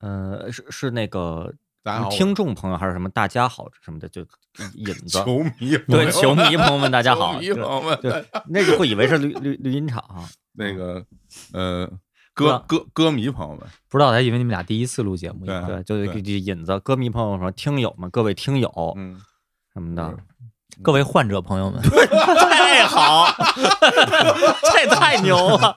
呃，是是那个嗯咱好，听众朋友还是什么？大家好什么的，就 引子。球迷朋友对，球迷朋友 们，大家好。球迷朋友们对， 对那就会以为是绿绿绿茵场，那个呃知歌道歌歌迷朋友们，不知道，还以为你们俩第一次录节目。对啊对，就对是引子。歌迷朋友们、听友们、各位听友嗯，什么的，各位患者朋友们，太好， 这太牛了。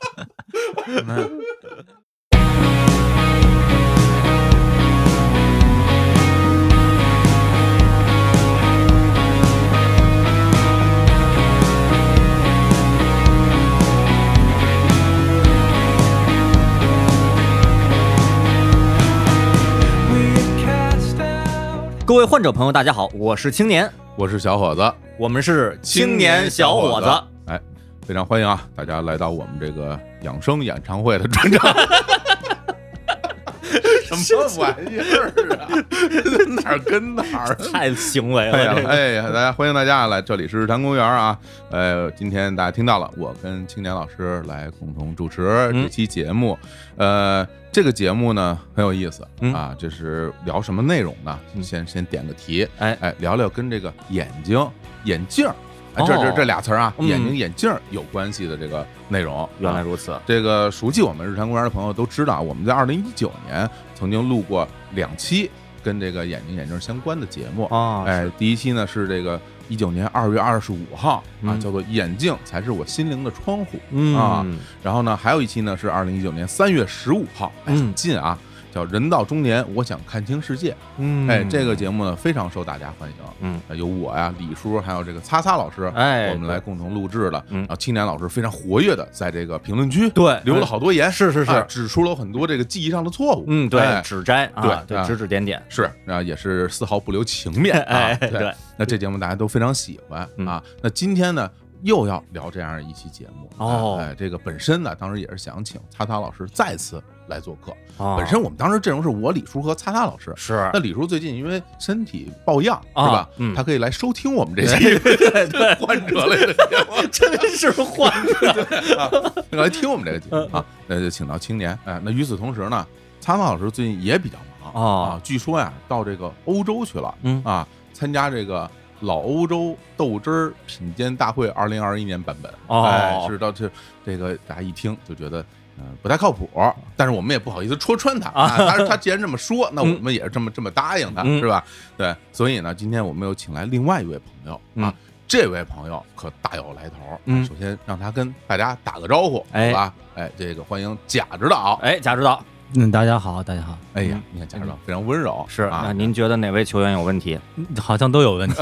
各位患者朋友，大家好，我是青年，我是小伙子，我们是青年小伙青年小伙子。哎，非常欢迎啊，大家来到我们这个养生演唱会的专场。 什么玩意儿啊！ 哪儿跟哪儿？啊太行为哎 呀了，这，个哎呀，大家欢迎大家来，这里是日坛公园啊。呃，今天大家听到了，我跟青年老师来共同主持这期节目。呃，这个节目呢很有意思嗯啊，这是聊什么内容呢？嗯先先点个题，哎哎，聊聊跟这个眼睛、眼镜儿，哎哦这这这俩词儿啊，嗯眼睛、眼镜儿有关系的这个内容。原来啊如此。这个熟悉我们日坛公园的朋友都知道，我们在二零一九年曾经录过两期跟这个眼睛眼镜儿相关的节目哦，哎，第一期呢是这个一九年二月二十五号啊，嗯叫做“眼镜才是我心灵的窗户嗯啊”。然后呢，还有一期呢是二零一九年三月十五号，哎，嗯很近啊，叫“人到中年，我想看清世界”。嗯哎，这个节目呢非常受大家欢迎。嗯呃，有我呀、李叔，还有这个擦擦老师，哎我们来共同录制的。嗯然后青年老师非常活跃的在这个评论区对留了好多言，是是是哎指出了很多这个记忆上的错误。嗯，对，哎指摘啊，对对，啊指指点点，是，啊，也是丝毫不留情面啊。 哎对，那这节目大家都非常喜欢嗯啊。那今天呢，又要聊这样一期节目哦哎，这个本身呢，当时也是想请擦擦老师再次来做客。啊本身我们当时阵容是我李叔和擦擦老师。哦是那李叔最近因为身体抱恙，啊是吧？嗯他可以来收听我们这 期 患者类的节目， 真是换 来听我们这个节嗯目啊。那就请到青年。哎，那与此同时呢，擦擦老师最近也比较忙哦啊，据说呀到这个欧洲去了，嗯啊，参加这个老欧洲豆汁儿品鉴大会二零二一年版本。哦哎，是到这这个大家一听就觉得。嗯，不太靠谱，但是我们也不好意思戳穿他啊。他他既然这么说，那我们也是这么这么答应他，嗯是吧？对，所以呢，今天我们又请来另外一位朋友啊嗯，这位朋友可大有来头。啊嗯首先让他跟大家打个招呼，哎好吧？哎，这个欢迎贾指导。哎，贾指导嗯，大家好，大家好，哎呀，你看贾指导非常温柔，嗯是那啊，您觉得哪位球员有问题？嗯好像都有问题。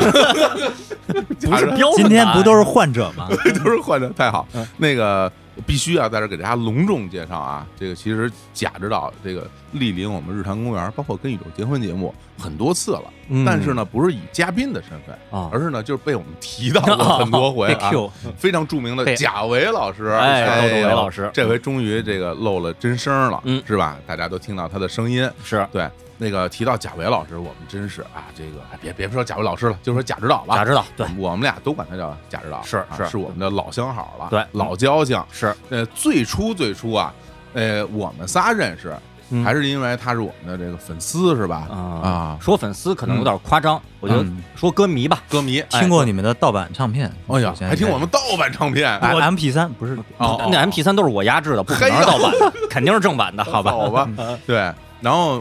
不是 标嗯准今天答案不都是患者吗？都是换的太好。那个必须啊，在这儿给大家隆重介绍啊，这个其实贾指导这个莅临我们日坛公园，包括跟宇宙结婚节目很多次了，嗯但是呢，不是以嘉宾的身份，啊哎而是呢就是被我们提到过很多回 被啊。 Q，非常著名的被贾维老师，哎呦窦唯老师这回终于这个露了真声了，嗯是吧？大家都听到他的声音，是对。那个提到贾维老师，我们真是啊，这个哎别别说贾维老师了，就说贾指导吧。贾指导，对我，们我们俩都管他叫贾指导，是啊是是我们的老相好了，对老交情。是呃，最初最初啊，呃，我们仨认识，嗯还是因为他是我们的这个粉丝，是吧？啊，说粉丝可能有点夸张，我觉得嗯说歌迷吧，歌迷，哎听过你们的盗版唱片？哎呀首，先还听我们盗版唱片，哎 MP 三不是？哦哦那 MP 三都是我压制的，不可能是盗版的，肯定是正版 的，好吧？好 吧，嗯对。然后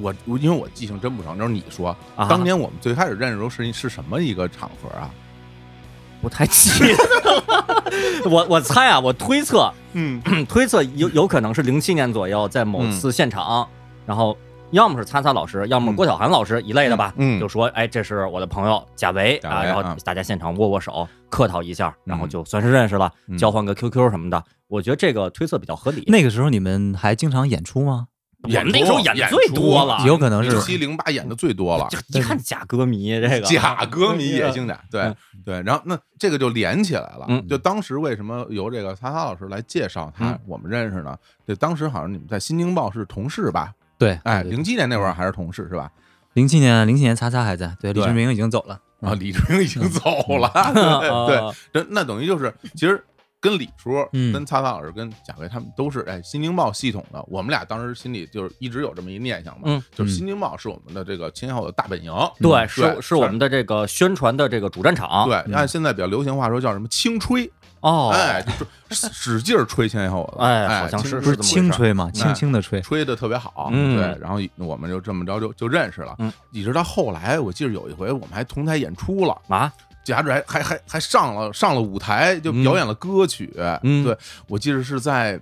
我我因为我记性真不长，就是你说，啊当年我们最开始认识的时候是是什么一个场合啊？不太记得了， 我我猜啊，我推测嗯， 推测有有可能是零七年左右，在某次现场，然后要么是擦擦老师，要么是郭晓涵老师一类的吧，嗯嗯就说哎，这是我的朋友贾维贾啊，维然后啊大家现场握握手，客套一下，然后嗯就算是认识了，嗯交换个 QQ 什么的，我觉得这个推测比较合理。那个时候你们还经常演出吗？我们那时候演的最多了，啊有可能零是七零八演的最多 了，一看假歌迷这个啊假歌迷也姓嗯贾，对对。然后那这个就连起来了，嗯就当时为什么由这个擦擦老师来介绍他，嗯我们认识呢？就当时好像你们在《新京报》是同事吧？对，哎，零七年那会儿还是同事是吧？零七年，零七年擦擦还在，对，李对志明已经走了。嗯啊，李志明已经走了，啊哦对，这那等于就是其实。跟李叔、嗯跟擦擦老师、跟贾维他们都是哎新京报系统的，我们俩当时心里就是一直有这么一念想嘛，嗯就是新京报是我们的这个前后的大本营，对，嗯是对是我们的这个宣传的这个主战场。对，按现在比较流行话说叫什么轻吹，哦，哎，就是使劲儿吹前后的，哎哎，好像轻是不是这么回轻事儿吹嘛，轻轻的吹，吹的特别好，嗯对，然后我们就这么着就就认识了，嗯一直到后来，我记得有一回我们还同台演出了。啊，贾志还还还还上了上了舞台，就表演了歌曲。嗯对我记得是在，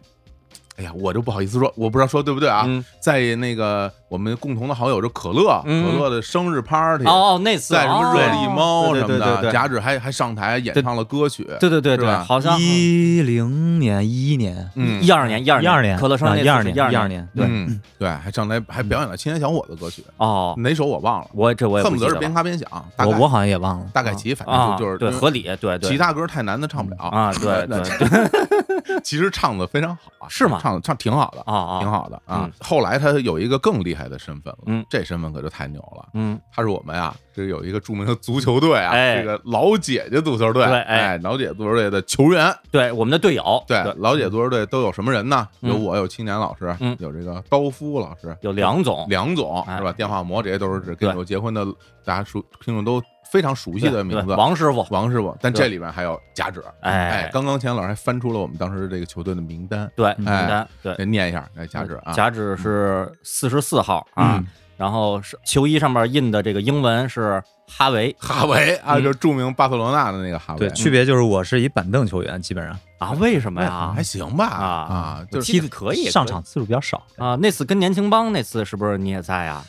哎呀，我就不好意思说，我不知道说对不对啊，嗯在那个我们共同的好友就可乐，嗯可乐的生日 party，、哦，那次在什么热力猫哦什么对对对的，对贾志还还上台演唱了歌曲。对对对是对，吧好像一零年一一年嗯一二年一二一二年年可乐生日一那二次是年一二二年，对，嗯对，还上台还表演了《青年小伙子》歌曲，哦，哪首我忘了，我这我也恨不不记得得是边了咔边响，大我概我好像也忘了，大概齐，反啊，正就是嗯对因为合理，对对其他歌太难的唱不了啊，对对对 其实唱的非常好啊，是吗唱唱挺好的啊，啊，挺好的啊嗯。后来他有一个更厉害的身份了，嗯这身份可就太牛了。嗯，他是我们啊，这有一个著名的足球队啊，哎这个老姐姐足球队，对哎哎，老姐足球队的球员，对，我们的队友，对，老姐足球队都有什么人呢？嗯有我，有青年老师嗯，有这个刀夫老师，有梁总，梁总哎是吧？电话魔这些都是指跟对我结婚的，大家熟听众都非常熟悉对的名字对，王师傅，王师傅。但对这里面还有贾指，哎哎，，刚刚钱老师还翻出了我们当时这个球队的名单，对，嗯名单对，嗯来念一下，来贾指啊，甲指是四十四号啊嗯，然后是球衣上面印的这个英文是哈维哈维啊，嗯就是著名巴塞罗那的那个哈维，对，区别就是我是一板凳球员，基本上啊，为什么啊呀还？行吧啊啊，我就是记得可以上场次数比较少。啊，那次跟年轻帮那次是不是你也在啊？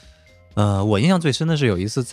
呃，我印象最深的是有一次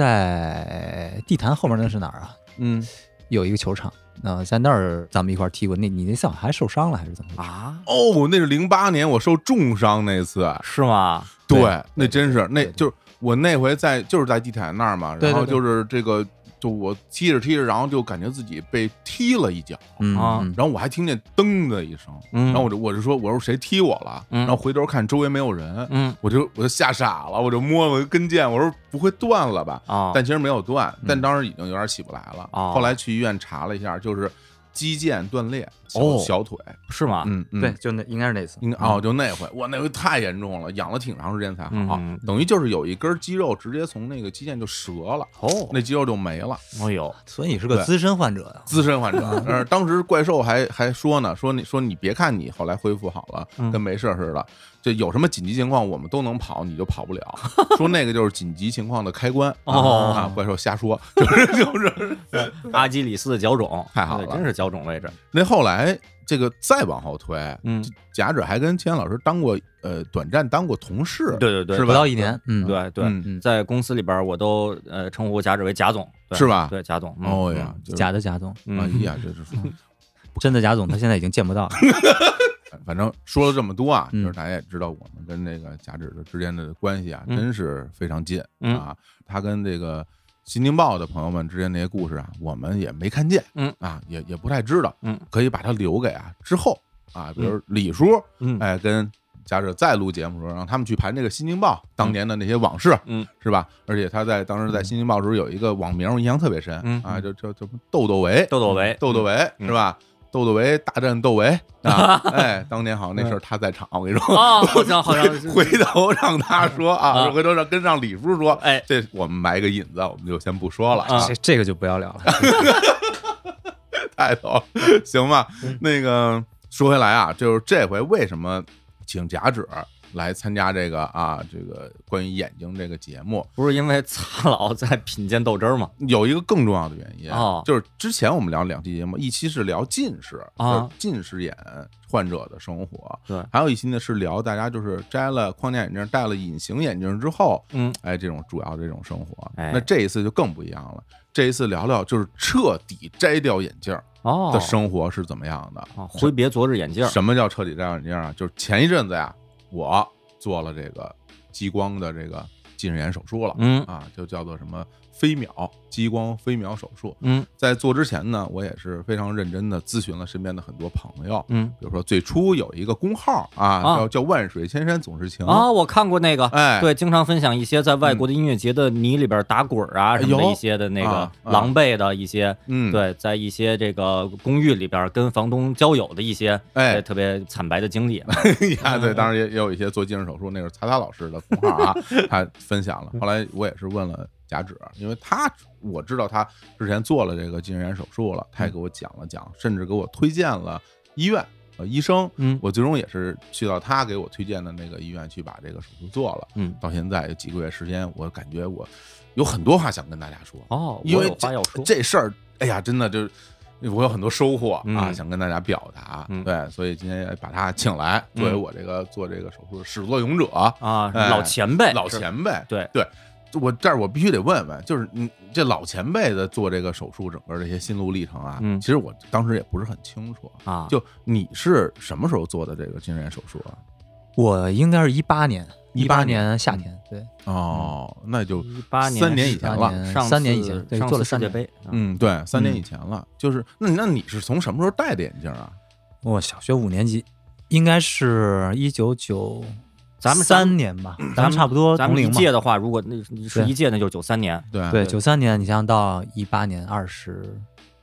在地坛后面那是哪儿啊？嗯，有一个球场，呃，在那儿咱们一块儿踢过。那你那次好像还受伤了还是怎么着？啊，哦，那是零八年我受重伤那次，是吗？对对，那真是那对对就是我那回在就是在地毯那儿嘛，对对然后对就是这个就我踢着踢着，然后就感觉自己被踢了一脚，嗯啊嗯然后我还听见噔的一声，嗯然后我就我就说我说谁踢我了，嗯然后回头看周围没有人，嗯我就我就吓傻了，我就摸我跟腱，我说不会断了吧？啊，但其实没有断，嗯但当时已经有点起不来了。哦后来去医院查了一下，就是肌腱断裂，小、哦小腿。是吗？嗯，嗯对，，就那应该是那次。应该哦，就那回，哇，那回太严重了，养了挺长时间才好，嗯等于就是有一根肌肉直接从那个肌腱就折了，哦，那肌肉就没了。哦呦，所以你是对个资深患者呀、资深患者，嗯呃，当时怪兽还还说呢，说你说你别看你后来恢复好了，嗯跟没事似的，这有什么紧急情况我们都能跑，你就跑不了。 说那个就是紧急情况的开关哦啊，怪兽瞎说， 就是就是。阿基里斯的脚肿，太好对了真是脚肿位置。那后来这个再往后推，嗯，贾指还跟千老师当过呃短暂当过同事，对对对，是吧不到一年，嗯，，对对，嗯，嗯，在公司里边我都呃称呼贾指为贾总，对是吧对，贾总。嗯哦呀，，就是假的贾总，嗯哎嗯，呀，这是说真的贾总他现在已经见不到了。反正说了这么多啊，就嗯是大家也知道我们跟这个贾指的之间的关系啊，嗯真是非常近嗯啊。他跟这个新京报的朋友们之间那些故事啊，我们也没看见，嗯啊，也也不太知道，嗯，可以把它留给啊之后啊，比如李叔，嗯哎，跟贾指再录节目的时候，让他们去盘这个新京报当年的那些往事，嗯，是吧？而且他在当时在新京报的时候有一个网名，我印象特别深，嗯啊，就就就豆豆维，豆豆 维，窦窦唯嗯是吧？窦窦唯大战窦唯啊！ 哎，当年好像那事儿他在场，我跟你说，啊，好像好像是 回头让他说啊，啊回头让跟上李叔说，哎这我们埋个引子，我们就先不说了，啊 这这个就不要聊了。太逗了， 行吧？嗯那个说回来啊，就是这回为什么请贾指来参加这个啊，这个关于眼睛这个节目，不是因为擦老在品鉴豆汁儿吗？有一个更重要的原因哦就是之前我们聊两期节目，一期是聊近视啊，就是近视眼患者的生活，对还有一期呢是聊大家就是摘了框架眼镜、戴了隐形眼镜之后，嗯，哎，这种主要这种生活。哎那这一次就更不一样了，这一次聊聊就是彻底摘掉眼镜哦的生活是怎么样的。啊，挥别昨日眼镜儿，什么叫彻底摘掉眼镜啊？就是前一阵子呀，我做了这个激光的这个近视眼手术了，嗯啊，就叫做什么飞秒激光飞秒手术。嗯在做之前呢，我也是非常认真的咨询了身边的很多朋友，嗯比如说最初有一个公号啊，啊叫叫万水千山总是情啊，，我看过那个，哎，对，经常分享一些在外国的音乐节的泥里边打滚儿啊什么有的一些的那个嗯啊啊狼狈的一些，嗯，，对，在一些这个公寓里边跟房东交友的一些，哎特别惨白的经历。啊 呀，嗯对，当然也也有一些做近视手术，那是擦擦老师的公号 啊，他分享了。后来我也是问了贾指，因为他我知道他之前做了这个近视眼手术了，嗯他也给我讲了讲，甚至给我推荐了医院。呃，医生，嗯我最终也是去到他给我推荐的那个医院去把这个手术做了。嗯，到现在有几个月时间，我感觉我有很多话想跟大家说。哦，因我为有话要说。这事儿，哎呀，真的就是我有很多收获啊，嗯想跟大家表达。啊嗯对，所以今天也把他请来，嗯作为我这个做这个手术的始作俑者、啊，哎老前辈，老是前辈。对对，我这儿我必须得问问，就是你这老前辈的做这个手术整个这些心路历程啊，嗯其实我当时也不是很清楚。啊，就你是什么时候做的这个近视眼手术啊？ 我应该是一八年，一18年夏天，对，哦，那就一嗯八年，三年以前18了。年上三年次以前，对，上做次了世三界年。杯，啊嗯，对，三年嗯以前了。就是那那你是从什么时候戴的眼镜啊？我小学五年级，应该是一九九咱们三年吧，咱咱们们差不多咱同们一龄嘛。届的话，如果那是对一届，那就是九三年，对对，九三年，你想想到一八年，二十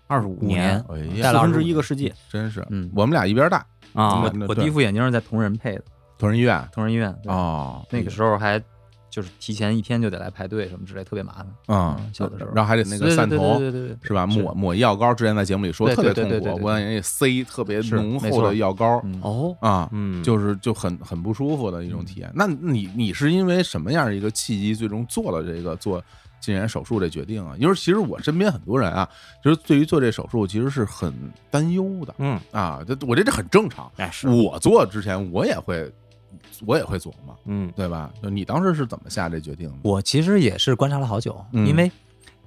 二十五五年，哎四呀戴，了分之25一个世纪真是，嗯我们俩一边大，啊我我那我对第一副眼镜是在同仁配的，同仁医院同仁医院。对哦，那个时候还就是提前一天就得来排队什么之类，特别麻烦。候啊，嗯小的时候然后还得那个散对对瞳对对对，是吧？是抹抹药膏，之前在节目里说对特别对痛对对对苦，对我往眼里塞特别是浓没厚错的药膏嗯哦，啊，嗯，就是就很很不舒服的一种体验。那你你是因为什么样一个契机，最终做了这个做近视眼手术这决定啊？因为其实我身边很多人啊，就是对于做这手术其实是很担忧的嗯，啊，这我觉得这很正常。哎是，我做之前我也会，我也会琢磨。嗯对吧？就你当时是怎么下这决定的？我其实也是观察了好久，嗯因为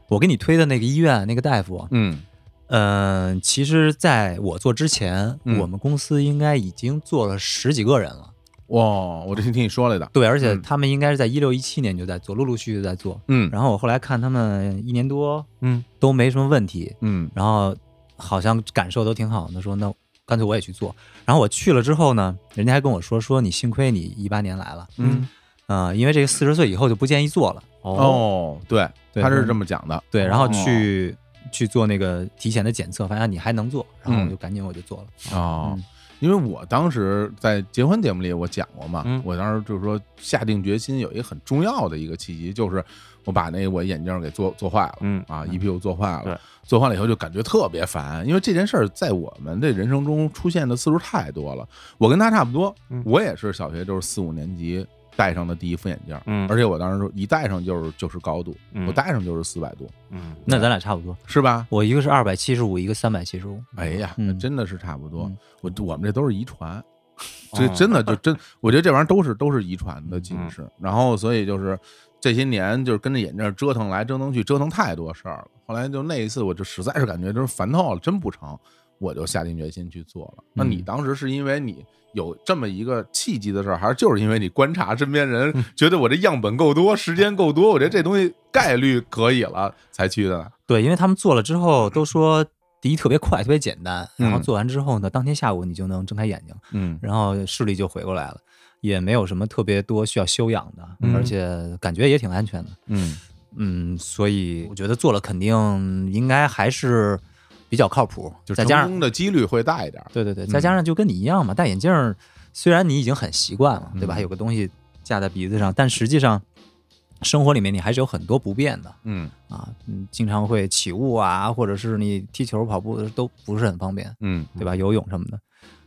我给你推的那个医院那个大夫，嗯嗯、其实在我做之前，嗯我们公司应该已经做了十几个人了，哇，哦我这是听你说来的。对，而且嗯他们应该是在一六一七年就在做，陆陆续续地在做。嗯然后我后来看他们一年多嗯都没什么问题，嗯然后好像感受都挺好的，说那干脆我也去做。然后我去了之后呢，人家还跟我说说你幸亏你一八年来了，嗯呃，因为这个四十岁以后就不建议做了。哦，对，对他是这么讲的。对，然后去、去做那个提前的检测，发现你还能做，嗯然后我就赶紧我就做了。哦嗯，因为我当时在结婚节目里我讲过嘛嗯，我当时就是说下定决心有一个很重要的一个契机，就是我把那我眼镜给做做坏了。嗯啊，一屁股坐坏对了，坐坏了以后就感觉特别烦，因为这件事儿在我们的人生中出现的次数太多了。我跟他差不多嗯，我也是小学就是四五年级戴上的第一副眼镜，嗯而且我当时说一戴上就是就是高度，嗯我戴上就是四百度，嗯那咱俩差不多，是吧？我一个是二百七十五，一个三百七十五。哎呀，嗯真的是差不多嗯，我我们这都是遗传。这哦真的就真，我觉得这玩意儿都是都是遗传的近嗯视，然后所以就是这些年就是跟着眼镜折腾来折腾去，折腾太多事儿了。后来就那一次，我就实在是感觉就是烦透了，真不成，我就下定决心去做了。那你嗯当时是因为你有这么一个契机的事儿，还是就是因为你观察身边人，觉得我这样本够多，时间够多，我觉得这东西概率可以了才去的呢？对，因为他们做了之后都说。第一特别快，特别简单，嗯然后做完之后呢，当天下午你就能睁开眼睛，嗯然后视力就回过来了，也没有什么特别多需要修养的，嗯而且感觉也挺安全的。嗯嗯，所以我觉得做了肯定应该还是比较靠谱，就再加成上功的几率会大一点儿。对对嗯对，再加上就跟你一样嘛，戴眼镜儿虽然你已经很习惯了，对吧？嗯有个东西架在鼻子上，但实际上生活里面你还是有很多不便的嗯啊，嗯，经常会起雾啊，或者是你踢球、跑步的时候都不是很方便，嗯对吧？游泳什么的，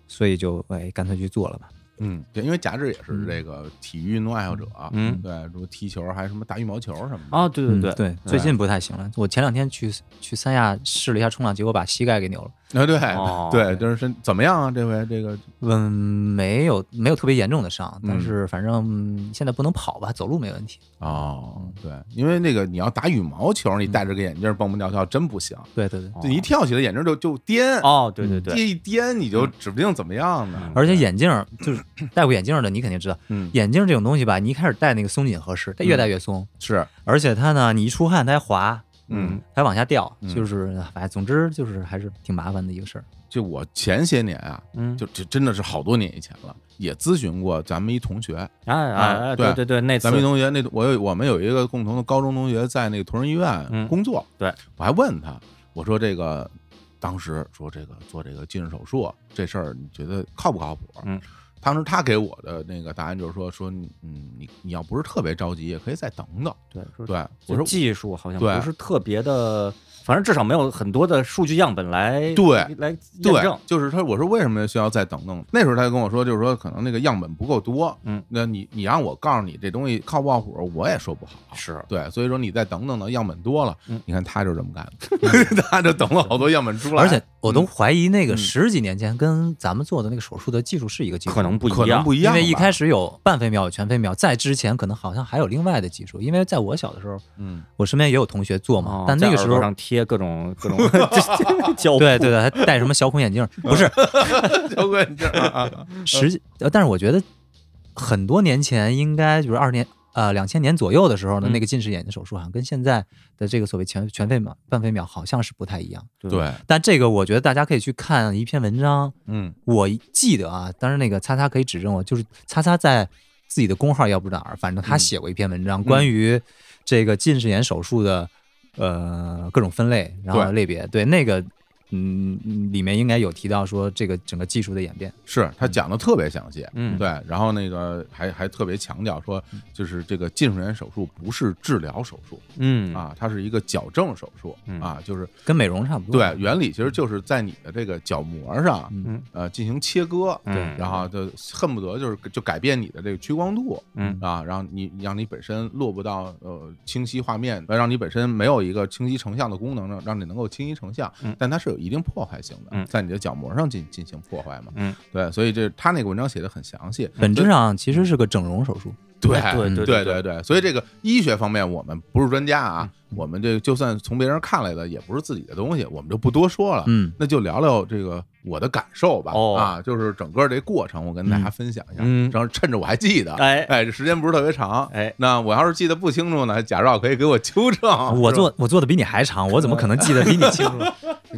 所以就哎，干脆去做了吧。嗯，对，因为贾志也是嗯这个体育运动爱好者，啊嗯对，什么踢球，还有什么打羽毛球什么的。啊，对对嗯对，对，最近不太行了。我前两天去去三亚试了一下冲浪，结果把膝盖给扭了。啊，对哦对，就是身怎么样啊？这回这个嗯，没有没有特别严重的伤，但嗯是反正嗯现在不能跑吧，走路没问题。哦，对，因为那个你要打羽毛球，你戴着个眼镜蹦蹦跳跳真不行，对对对，嗯哦就你一跳起来眼镜就就颠，哦，对对对，这一颠你就指不定怎么样呢。嗯而且眼镜儿就是 戴过眼镜儿的，你肯定知道，嗯，眼镜儿这种东西吧，你一开始戴那个松紧合适，它越戴越松，是，而且它呢，你一出汗它还滑，嗯，它还往下掉，嗯就是反正总之就是还是挺麻烦的一个事儿。就我前些年啊，嗯，就这真的是好多年以前了，也咨询过咱们一同学，哎哎啊哎，对对对对，那次咱们一同学那我有我们有一个共同的高中同学在那个同仁医院嗯工作，对我还问他，我说这个当时说这个做这个近视手术这事儿，你觉得靠不靠谱？啊嗯。当时他给我的那个答案就是说说你，嗯，你你要不是特别着急，也可以再等等。对说对，嗯就我说技术好像对不是特别的，反正至少没有很多的数据样本来对来验对证，，就是他，我说为什么需要再等等？那时候他就跟我说，就是说可能那个样本不够多，嗯，那你你让我告诉你这东西靠不靠谱，我也说不好，是对，所以说你再等等等，样本多了，嗯你看他就这么干的，他就等了好多样本出来，而且我都怀疑那嗯个十几年前跟咱们做的那个手术的技术是一个技术，可能不一可能样，不一因样吧，为一开始有半飞秒、有全飞秒，在之前可能好像还有另外的技术。因为在我小的时候，嗯，我身边也有同学做嘛，哦但那个在耳时朵候，上贴各 种各种 胶布对对对，还戴什么小孔眼镜儿，不是小鬼这儿啊，实际， 呃但是我觉得很多年前应该就是二年。呃，两千年左右的时候呢，嗯那个近视眼睛手术好像跟现在的这个所谓全全飞秒、半飞秒好像是不太一样。对，但这个我觉得大家可以去看一篇文章，嗯我记得啊，当然那个擦擦可以指正我，就是擦擦在自己的公号要不是哪儿，反正他写过一篇文章，关于这个近视眼手术的呃各种分类，然后对类别，对那个嗯嗯里面应该有提到说这个整个技术的演变，是他讲的特别详细，嗯对，然后那个还还特别强调说，就是这个近视眼手术不是治疗手术嗯啊，它是一个矫正手术嗯啊，就是跟美容差不多。对，原理其实就是在你的这个角膜上，嗯呃，进行切割，嗯对然后就恨不得就是就改变你的这个屈光度，嗯啊，然后你让你本身落不到呃清晰画面，呃让你本身没有一个清晰成像的功能，让让你能够清晰成像嗯，但它是有一定破坏性的，嗯在你的角膜上进进行破坏嘛，嗯，对，所以这他那个文章写的很详细，本质上其实是个整容手术。对哎对对对对对，所以这个医学方面我们不是专家啊，嗯我们这就算从别人看来的，也不是自己的东西，我们就不多说了。嗯，那就聊聊这个我的感受吧。哦啊，就是整个这过程，我跟大家分享一下。嗯嗯然后趁着我还记得，哎哎，这时间不是特别长。哎那我要是记得不清楚呢，贾绕可以给我 纠正。嗯我是吧做我做的比你还长，我怎么可能记得比你清 楚？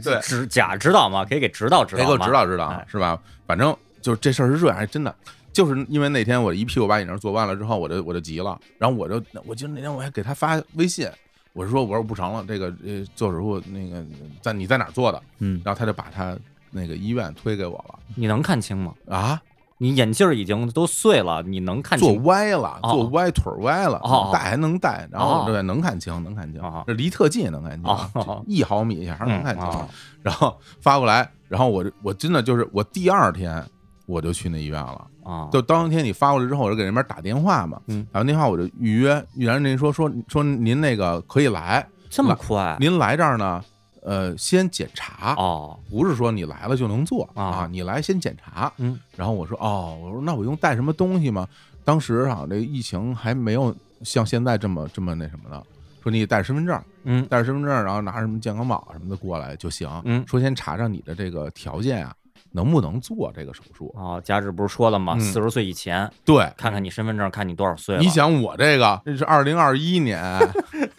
对指甲指导嘛，可以给指导指给导我嘛，指导指导哎，是吧？反正就是这事儿是这样，哎真的。就是因为那天我一屁股把眼镜做完了之后，我就我就急了，然后我就我记得那天我还给他发微信，我说我说不成了，这个呃做手术那个在你在哪儿做的？嗯，然后他就把他那个医院推给我了你能看清吗？啊，你眼镜儿已经都碎了，你能看坐清？歪了，哦坐歪腿儿歪了哦，戴还能戴，然后哦对能看清，能看清哦，这离特近也能看哦清，一毫米以下还是能看嗯清哦。然后发过来，然后我就我真的就是我第二天我就去那医院了，啊，就当天你发过来之后，我就给那边打电话嘛嗯，打完电话我就预约，预约您说说说您那个可以来，这么快？您来这儿呢，呃，先检查。哦，不是说你来了就能做啊啊，你来先检查，嗯，然后我说哦，我说那我用带什么东西吗？当时好像这疫情还没有像现在这么这么那什么的，说你带身份证，嗯带着身份证，然后拿什么健康宝什么的过来就行。嗯说先查查你的这个条件啊，能不能做这个手术？哦，贾志不是说了吗？嗯四十岁以前，对，看看你身份证，看你多少岁了。你想我这个，这是二零二一 年，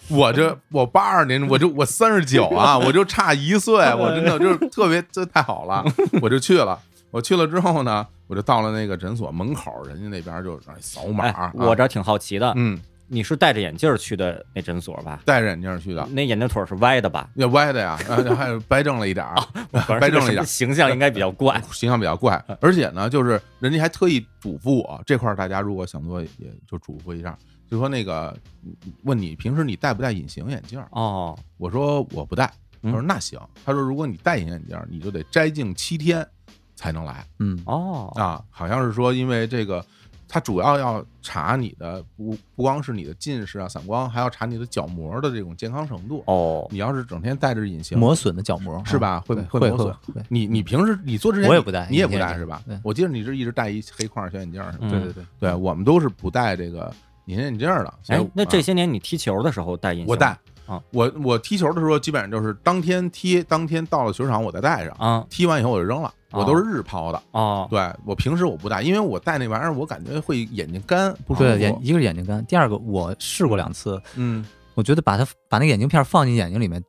我这我八二年，我就我三十九 啊，我就差一岁，我真的就是特别，这太好了，我就去了。我去了之后呢，我就到了那个诊所门口，人家那边就哎扫码。哎啊，我这儿挺好奇的，嗯，你是戴着眼镜儿去的那诊所吧？戴着眼镜去的，那眼镜腿儿是歪的吧？要歪 的呀，啊还有掰正了一点哦儿， 反掰正这正个什么了一点儿，形象应该比较 怪。形象比较怪。而且呢，就是人家还特意嘱咐我这块，大家如果想做，也就嘱咐一下，就说那个问你平时你戴不戴隐形眼镜儿？哦，我说我不戴，他嗯说那行，他说如果你戴隐形眼镜儿，你就得摘镜七天才能来啊嗯，哦，啊，好像是说因为这个它主要要查你的不不光是你的近视啊、散光，还要查你的角膜的这种健康程度。哦，你要是整天戴着隐形，嗯磨损的角膜啊是？吧？会对会会磨损。会会你你平时你做之前我也不戴你也以不前也戴是是吧对？我记得你是一直戴一黑框小眼镜儿是吧？嗯对对对，对，我们都是不戴这个隐形眼镜儿的。所以哎，那啊这些年你踢球的时候戴隐形？我戴啊，我我踢球的时候基本上就是当天踢，当天到了球场我再戴上，啊踢完以后我就扔了，我啊都是日抛的。哦，对我平时我不戴，因为我戴那玩意儿，我感觉会眼睛干，不舒服。对眼一个是眼睛干，第二个我试过两次，嗯我觉得把它把那个眼镜片放进眼睛里面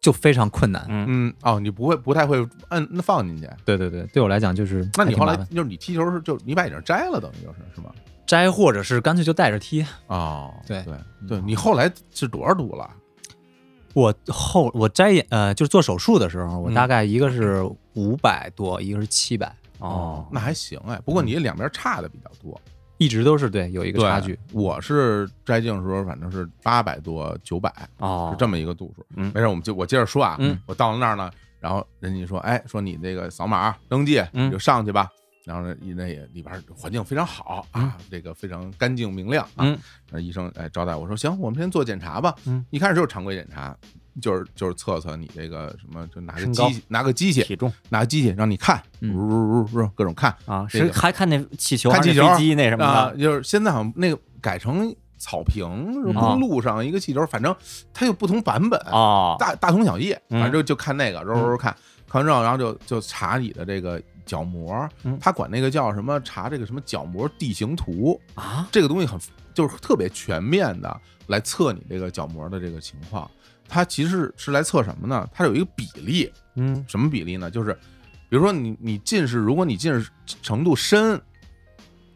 就非常困难。嗯嗯哦，你不会不太会摁那放进去。对对对，对我来讲就是那还你挺后来麻烦就是你踢球是就你把眼镜摘了，等于就是是吗？摘或者是干脆就戴着踢。哦，对嗯对对，你后来是多少度了？我后我摘眼呃，就是做手术的时候，我嗯大概一个是五百多，一个是七百，哦，那还行哎，不过你两边差的比较多，一直都是对有一嗯个对差距。。我是摘镜的时候，反正是八百多九百，哦是，这么一个度数。嗯没事，我们就我接着说啊，嗯我到了那儿呢，然后人家说，哎，说你这个扫码登记，嗯你就上去吧。然后呢，那也里边环境非常好啊，这个非常干净明亮啊嗯。那医生哎招待我说，行，我们先做检查吧。嗯一开始就是常规检查，就是就是测测你这个什么，就拿个身高机器拿个机器体重拿个机器让你看，呜嗯呜呜呜各种看啊，这是个还看那气球看还是气球飞机那什么啊，的？就是现在好像那个改成草坪嗯公路上一个气球，反正它有不同版本哦，大大同小异，嗯反正就就看那个，揉揉揉看，看完之后，然后就就查你的这个角膜嗯，他管那个叫什么？查这个什么角膜地形图，啊，这个东西很就是特别全面的来测你这个角膜的这个情况。它其实是来测什么呢？它有一个比例，嗯什么比例呢？就是比如说你你近视，如果你近视程度深，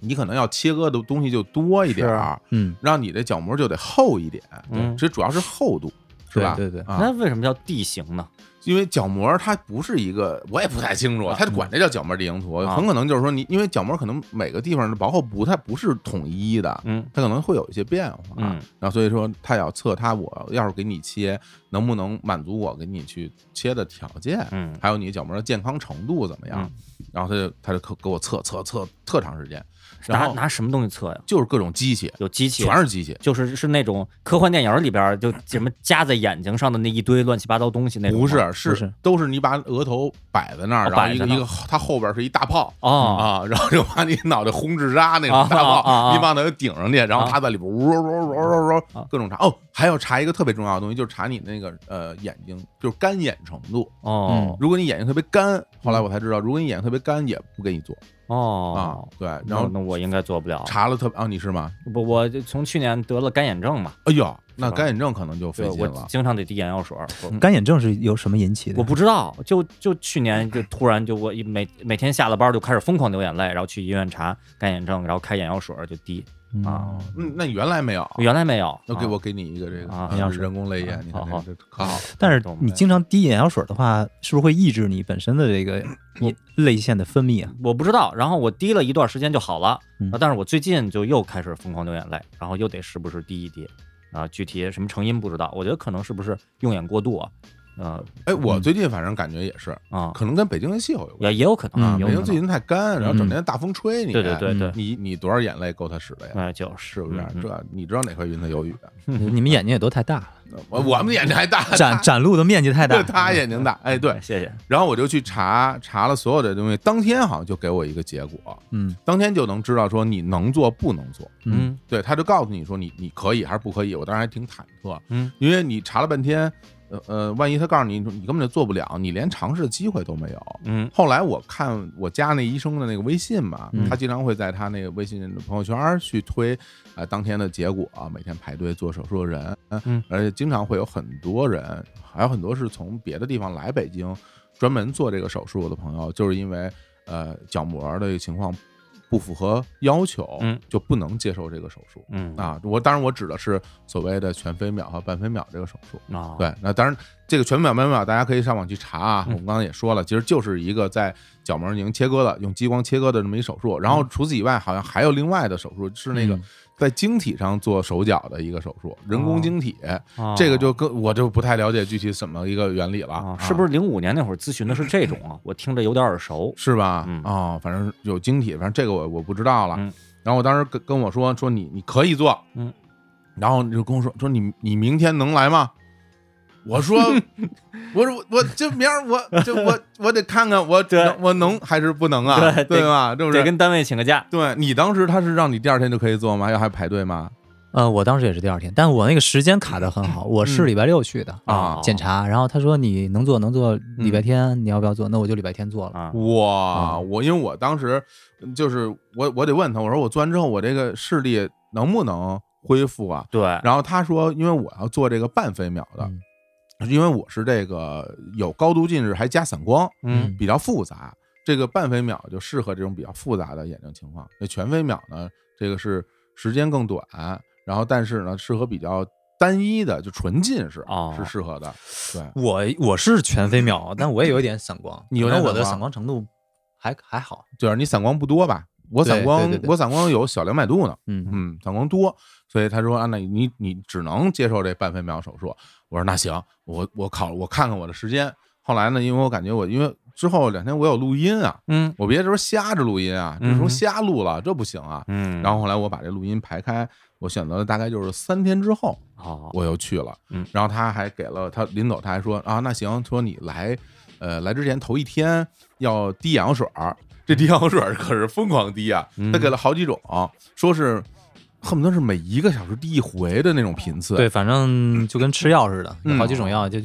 你可能要切割的东西就多一点是儿，嗯，让你的角膜就得厚一点。嗯其实主要是厚度，是对吧？对对啊那为什么叫地形呢？因为角膜它不是一个，我也不太清楚，它管这叫角膜地形图，嗯啊很可能就是说你，因为角膜可能每个地方的薄厚不太不是统一的，嗯它可能会有一些变化，嗯然后所以说它要测它，我要是给你切，能不能满足我给你去切的条件，嗯还有你角膜的健康程度怎么样，然后他就他就给给我测测测特长时间，然拿后拿什么东西测呀？就是各种机器，有机器，全是机器，就是是那种科幻电影里边儿就什么夹在眼睛上的那一堆乱七八糟东西那种吗。不是是是都是你把额头摆在那哦儿，然后摆一个在那一个它后边是一大炮。哦啊，然后就把你脑袋轰至渣那啊种大啊啊炮，啊你往那顶上去，然后啊他在里边呜呜呜呜呜啊各种查。哦，还要查一个特别重要的东西，就是查你那个呃眼睛，就是干眼程度。嗯哦如果你眼睛特别干，后来我才知道，如果你眼睛特别干，也不给你做啊哦。。对，那然后那我应该做不了，查了特别啊，你是吗？不，我就从去年得了干眼症嘛，哎呦，那是吧干眼症可能就费对，劲我了。嗯经常得滴眼药水儿。我干眼症是由什么引起的？我不知道，就就去年就突然就我一每每天下了班就开始疯狂流眼泪，然后去医院查干眼症，然后开眼药水儿就滴。嗯啊嗯，那原来没有，原来没有，那给啊我给你一个这个啊呃要是人工泪啊液，你看好好这这可好了。但是懂了你经常滴眼药水的话，是不是会抑制你本身的这 个我泪腺的分 泌啊？我不知道。然后我滴了一段时间就好了，嗯啊但是我最近就又开始疯狂流眼泪，然后又得时不时滴一滴啊，具体什么成因不知道，我觉得可能是不是用眼过度啊，呃哎，我嗯最近反正感觉也是，啊，可能跟北京的气候有关。也也有可能，啊，也有北可京能最近太干，然后整嗯天大风吹你，对对对对，你你多少眼泪够他使的呀？哦那就是是不是？嗯这你知道哪块云彩有雨啊？ 你们眼睛也都太大了，我我们眼睛还大，展展露的面积太大 他。 他眼睛大，哎对嗯。谢谢，然后我就去查查了所有的东西，当天好像就给我一个结果，嗯当天就能知道说你能做不能做。嗯，对，他就告诉你说你你可以还是不可以。我当时还挺忐忑，嗯，因为你查了半天，呃呃，万一他告诉你你根本就做不了，你连尝试的机会都没有。嗯后来我看我家那医生的那个微信嘛，嗯他经常会在他那个微信朋友圈儿去推啊、呃当天的结果、啊每天排队做手术的人，呃嗯，而且经常会有很多人，还有很多是从别的地方来北京专门做这个手术的朋友，就是因为呃角膜的情况不符合要求，嗯，就不能接受这个手术。嗯啊，我当然我指的是所谓的全飞秒和半飞秒这个手术。啊，对，那当然，这个全秒半秒，大家可以上网去查啊。嗯我们刚才也说了，其实就是一个在角膜已经切割了，用激光切割的这么一手术。然后嗯除此以外，好像还有另外的手术，是那个嗯在晶体上做手脚的一个手术，人工晶体。啊这个就跟我就不太了解具体怎么一个原理了，啊啊，是不是零五年那会儿咨询的是这种啊？我听着有点耳熟，是吧？嗯哦，反正有晶体，反正这个我我不知道了。嗯然后我当时跟跟我说说你你可以做，嗯，然后你就跟我说说你你明天能来吗？我 说我说我我这明儿我这我我得看看我对能我能还是不能啊，对对吧？对不得对？跟单位请个假。对你当时他是让你第二天就可以做吗？要还排队吗？呃，我当时也是第二天，但我那个时间卡的很好，我是礼拜六去的啊检查，然后他说你能做能做，礼拜天你要不要做？那我就礼拜天做了。啊，哇，嗯我因为我当时就是我我得问他，我说我做完之后我这个视力能不能恢复啊？对，然后他说，因为我要做这个半飞秒的，嗯因为我是这个有高度近视还加散光，嗯比较复杂。这个半飞秒就适合这种比较复杂的眼睛情况。那全飞秒呢，这个是时间更短，然后但是呢，适合比较单一的，就纯近视、哦是适合的。对，我我是全飞 秒，但我也有一点散光，你有点可能我的散散光光程度还还好，就是你散光不多吧？我散对光，对对对我散光有小两百度呢。嗯嗯，散光多，所以他说啊，那你你只能接受这半分秒手术。我说那行，我我考我看看我的时间。后来呢，因为我感觉我因为之后两天我有录音啊，嗯我别这时候瞎着录音啊，这时嗯候哼瞎录了这不行啊。嗯，然后后来我把这录音排开，我选择了大概就是三天之后好，我又去了。嗯然后他还给了他临走他还说啊，那行，说你来，呃，来之前头一天要滴眼药水儿，这滴眼药水儿可是疯狂滴啊，嗯他给了好几种，说是恨不得是每一个小时滴一回的那种频次。对，反正就跟吃药似的，有嗯好几种药就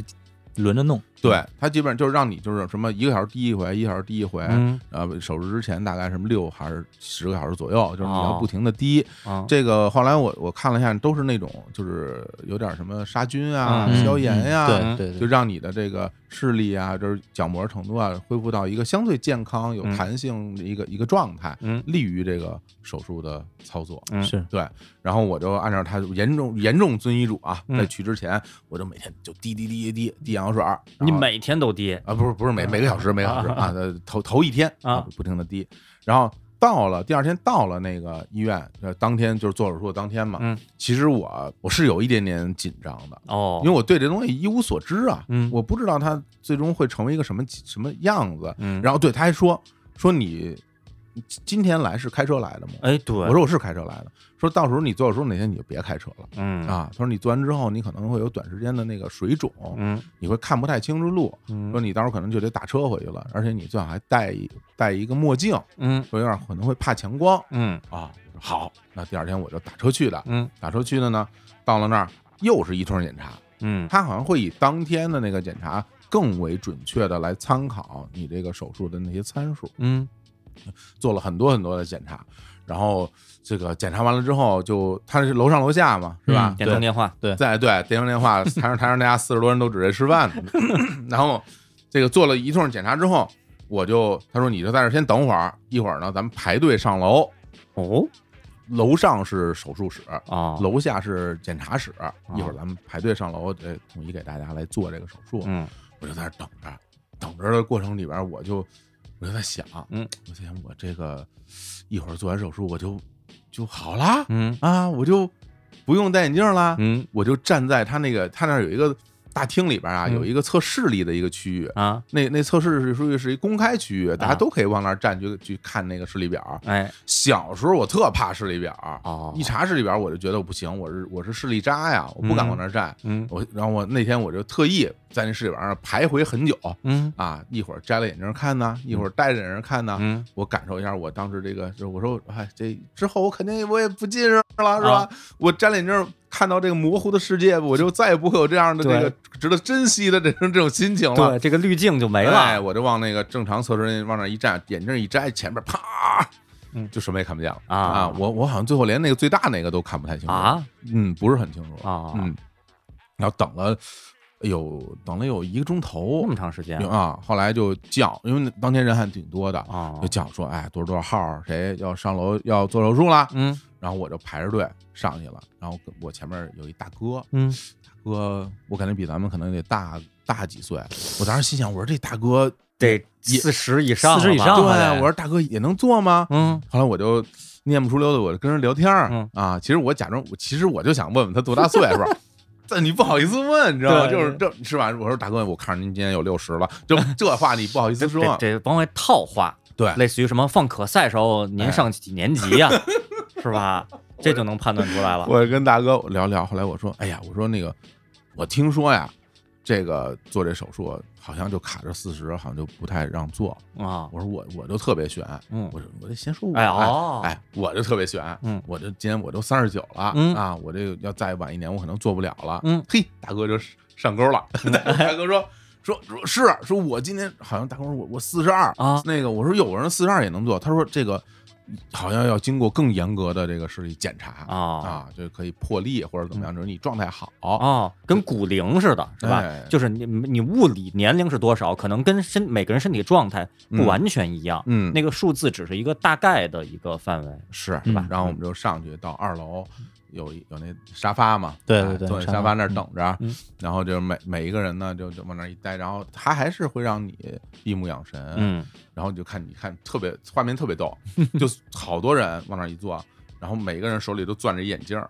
轮着弄。嗯对，他基本上就是让你就是什么一个小时滴一回，一个小时滴一回。嗯呃，手术之前大概什么六还是十个小时左右，就是你要哦不停的滴，啊，这个后来我我看了一下，都是那种就是有点什么杀菌啊、嗯消炎呀、嗯对对就对，让你的这个视力啊，就是角膜程度啊，恢复到一个相对健康、有嗯弹性的一个、一个状态，嗯利于这个手术的操作。嗯是对，然后我就按照他严重严重遵医嘱啊，嗯在去之前，我就每天就滴滴滴滴滴眼药水儿，然你后每天都跌，啊，不是不是每每个小时每个小时啊，呃头头一天啊不停的滴，然后到了第二天到了那个医院，呃，当天就是做手术的当天嘛，嗯，其实我我是有一点点紧张的，哦，因为我对这东西一无所知啊，嗯我不知道它最终会成为一个什么什么样子，嗯，然后对他还说说你今天来是开车来的吗？哎，对，我说我是开车来的，说到时候你做手术那天你就别开车了。嗯啊，他说你做完之后，你可能会有短时间的那个水肿，嗯你会看不太清楚路，说嗯你到时候可能就得打车回去了，而且你最好还戴一戴一个墨镜，嗯说有点可能会怕强光嗯啊。我说好，那第二天我就打车去的，嗯打车去的呢，到了那儿又是一通检查，嗯他好像会以当天的那个检查更为准确的来参考你这个手术的那些参数，嗯做了很多很多的检查，然后这个检查完了之后就他是楼上楼下嘛，是吧？嗯点对通电话，在对电话电 话台上台上大家四十多人都指着吃饭呢，然后这个做了一通检查之后，我就他说你就在这儿先等会儿，一会儿呢咱们排队上楼，哦楼上是手术室，哦，楼下是检查室，一会儿咱们排队上楼，呃，统一给大家来做这个手术。嗯我就在那儿等着，等着的过程里边，我就我就在想，嗯，我在想我这个一会儿做完手术我就就好啦、嗯啊，我就不用戴眼镜啦，嗯我就站在他那个他那儿有一个大厅里边啊，嗯有一个测视力的一个区域。啊，那那测试区域是一公开区域，大家啊都可以往那儿站去去看那个视力表。哎小时候我特怕视力表，哦一，查视力表我就觉得我不行，我是我是视力渣呀，我不敢往那儿站。嗯我然后我那天我就特意在那视力表上徘徊很久嗯啊，一会儿摘了眼镜看呢，一会儿戴着眼镜看呢。嗯我感受一下我当时这个，就是我说，哎，这之后我肯定我也不近视了，是吧？啊我摘了眼镜看到这个模糊的世界，我就再也不会有这样的这对个值得珍惜的这种这种心情了。啊对，这个滤镜就没哎，了我就往那个正常测试那往那一站，眼镜一摘，前面啪，嗯就什么也看不见了啊啊！我我好像最后连那个最大那个都看不太清楚，啊嗯，不是很清楚，啊，嗯，然后等了有等了有一个钟那头么长时间有啊，后来就叫，因为那当天人还挺多的，啊就，叫说，哎，多少多少号谁要上楼要做手术啦，嗯然后我就排着队上去了，然后跟我前面有一大哥，嗯哥，我感觉比咱们可能得大大几岁，我当时心想，我说这大哥得也四十以上了吧， 40以上对，了嘞我说大哥也能做吗？嗯后来我就念不出溜的，我就跟人聊天儿、嗯啊。其实我假装，我其实我就想问问他多大岁数。 但你不好意思问，你知道吗？对就是这是吧？我说大哥，我看着您今年有六十了，就这话你不好意思这 说这。这往外套话，对哎 类似于什么放可赛时候您上几年级呀？是吧？这就能判断出来了。我跟大哥聊聊，后来我说，哎呀，我说那个，我听说呀，这个做这手术好像就卡着四十，好像就不太让做。啊，我说我我就特别悬，嗯我说我得先说我，哎哎哦哎，我就特别悬，嗯我这今年我都三十九了，嗯啊，我这个要再晚一年，我可能做不了了，嗯，嘿，大哥就上钩了，大哥说。说说是啊说，我今年好像大哥说我我四十二啊那个我说有人四十二也能做，他说这个好像要经过更严格的这个视力检查啊嗯啊，就可以破例或者怎么样，就是你状态好，哦，跟骨龄似的，是吧？哎就是你你物理年龄是多少，可能跟身每个人身体状态不完全一样，嗯，那个数字只是一个大概的一个范围。是嗯吧然后我们就上去到二楼，有一有那沙发嘛，对哎对对坐在沙沙发发那儿等着嗯嗯，然后就是每每一个人呢，就就往那儿一待，然后他还是会让你闭目养神，，嗯，然后你就看你看特别画面特别逗， 就好多人往那儿一坐。然后每个人手里都攥着一眼 镜儿，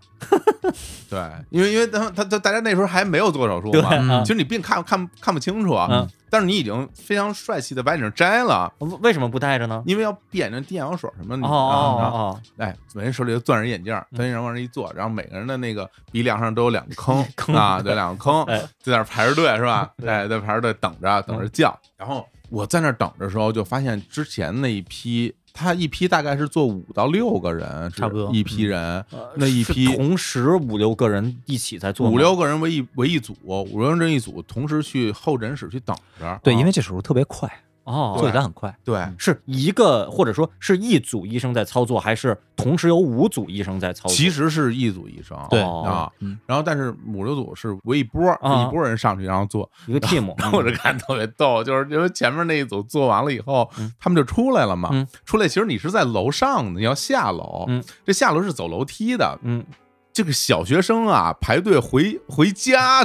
对，因为因为他他他大家那时候还没有做手术对嘛，啊其实你并看看看不清楚，啊嗯但是你已经非常帅气的把眼镜摘了，为为什么不戴着呢？因为要闭眼睛滴眼药水什么的，你哦啊然后哦哎，每人手里都攥着眼镜儿，嗯跟人往那一坐，然后每个人的那个鼻梁上都有两个坑坑啊，对，两个坑，哎在那儿排着队是吧？哎，在排着队等着，等着叫。然后我在那儿等的时候，就发现之前那一批，他一批大概是坐五到六个人，是差不多一批人，哦，那一是批同时五六个人一起在做吗，哦五六个人为一为一组，五六人一组，同时去候诊室去等着。对，哦因为这手术特别快，哦，做起来很快。对，是一个或者说是一组医生在操作，还是同时有五组医生在操作？其实是一组医生，对哦啊嗯，然后但是五六组是围一波儿，啊一波人上去然后做，一个 team，然 后我嗯就看特别逗，就是因为前面那一组做完了以后嗯，他们就出来了嘛嗯。出来其实你是在楼上的，你要下楼嗯，这下楼是走楼梯的。嗯，这个小学生啊，排队回回 家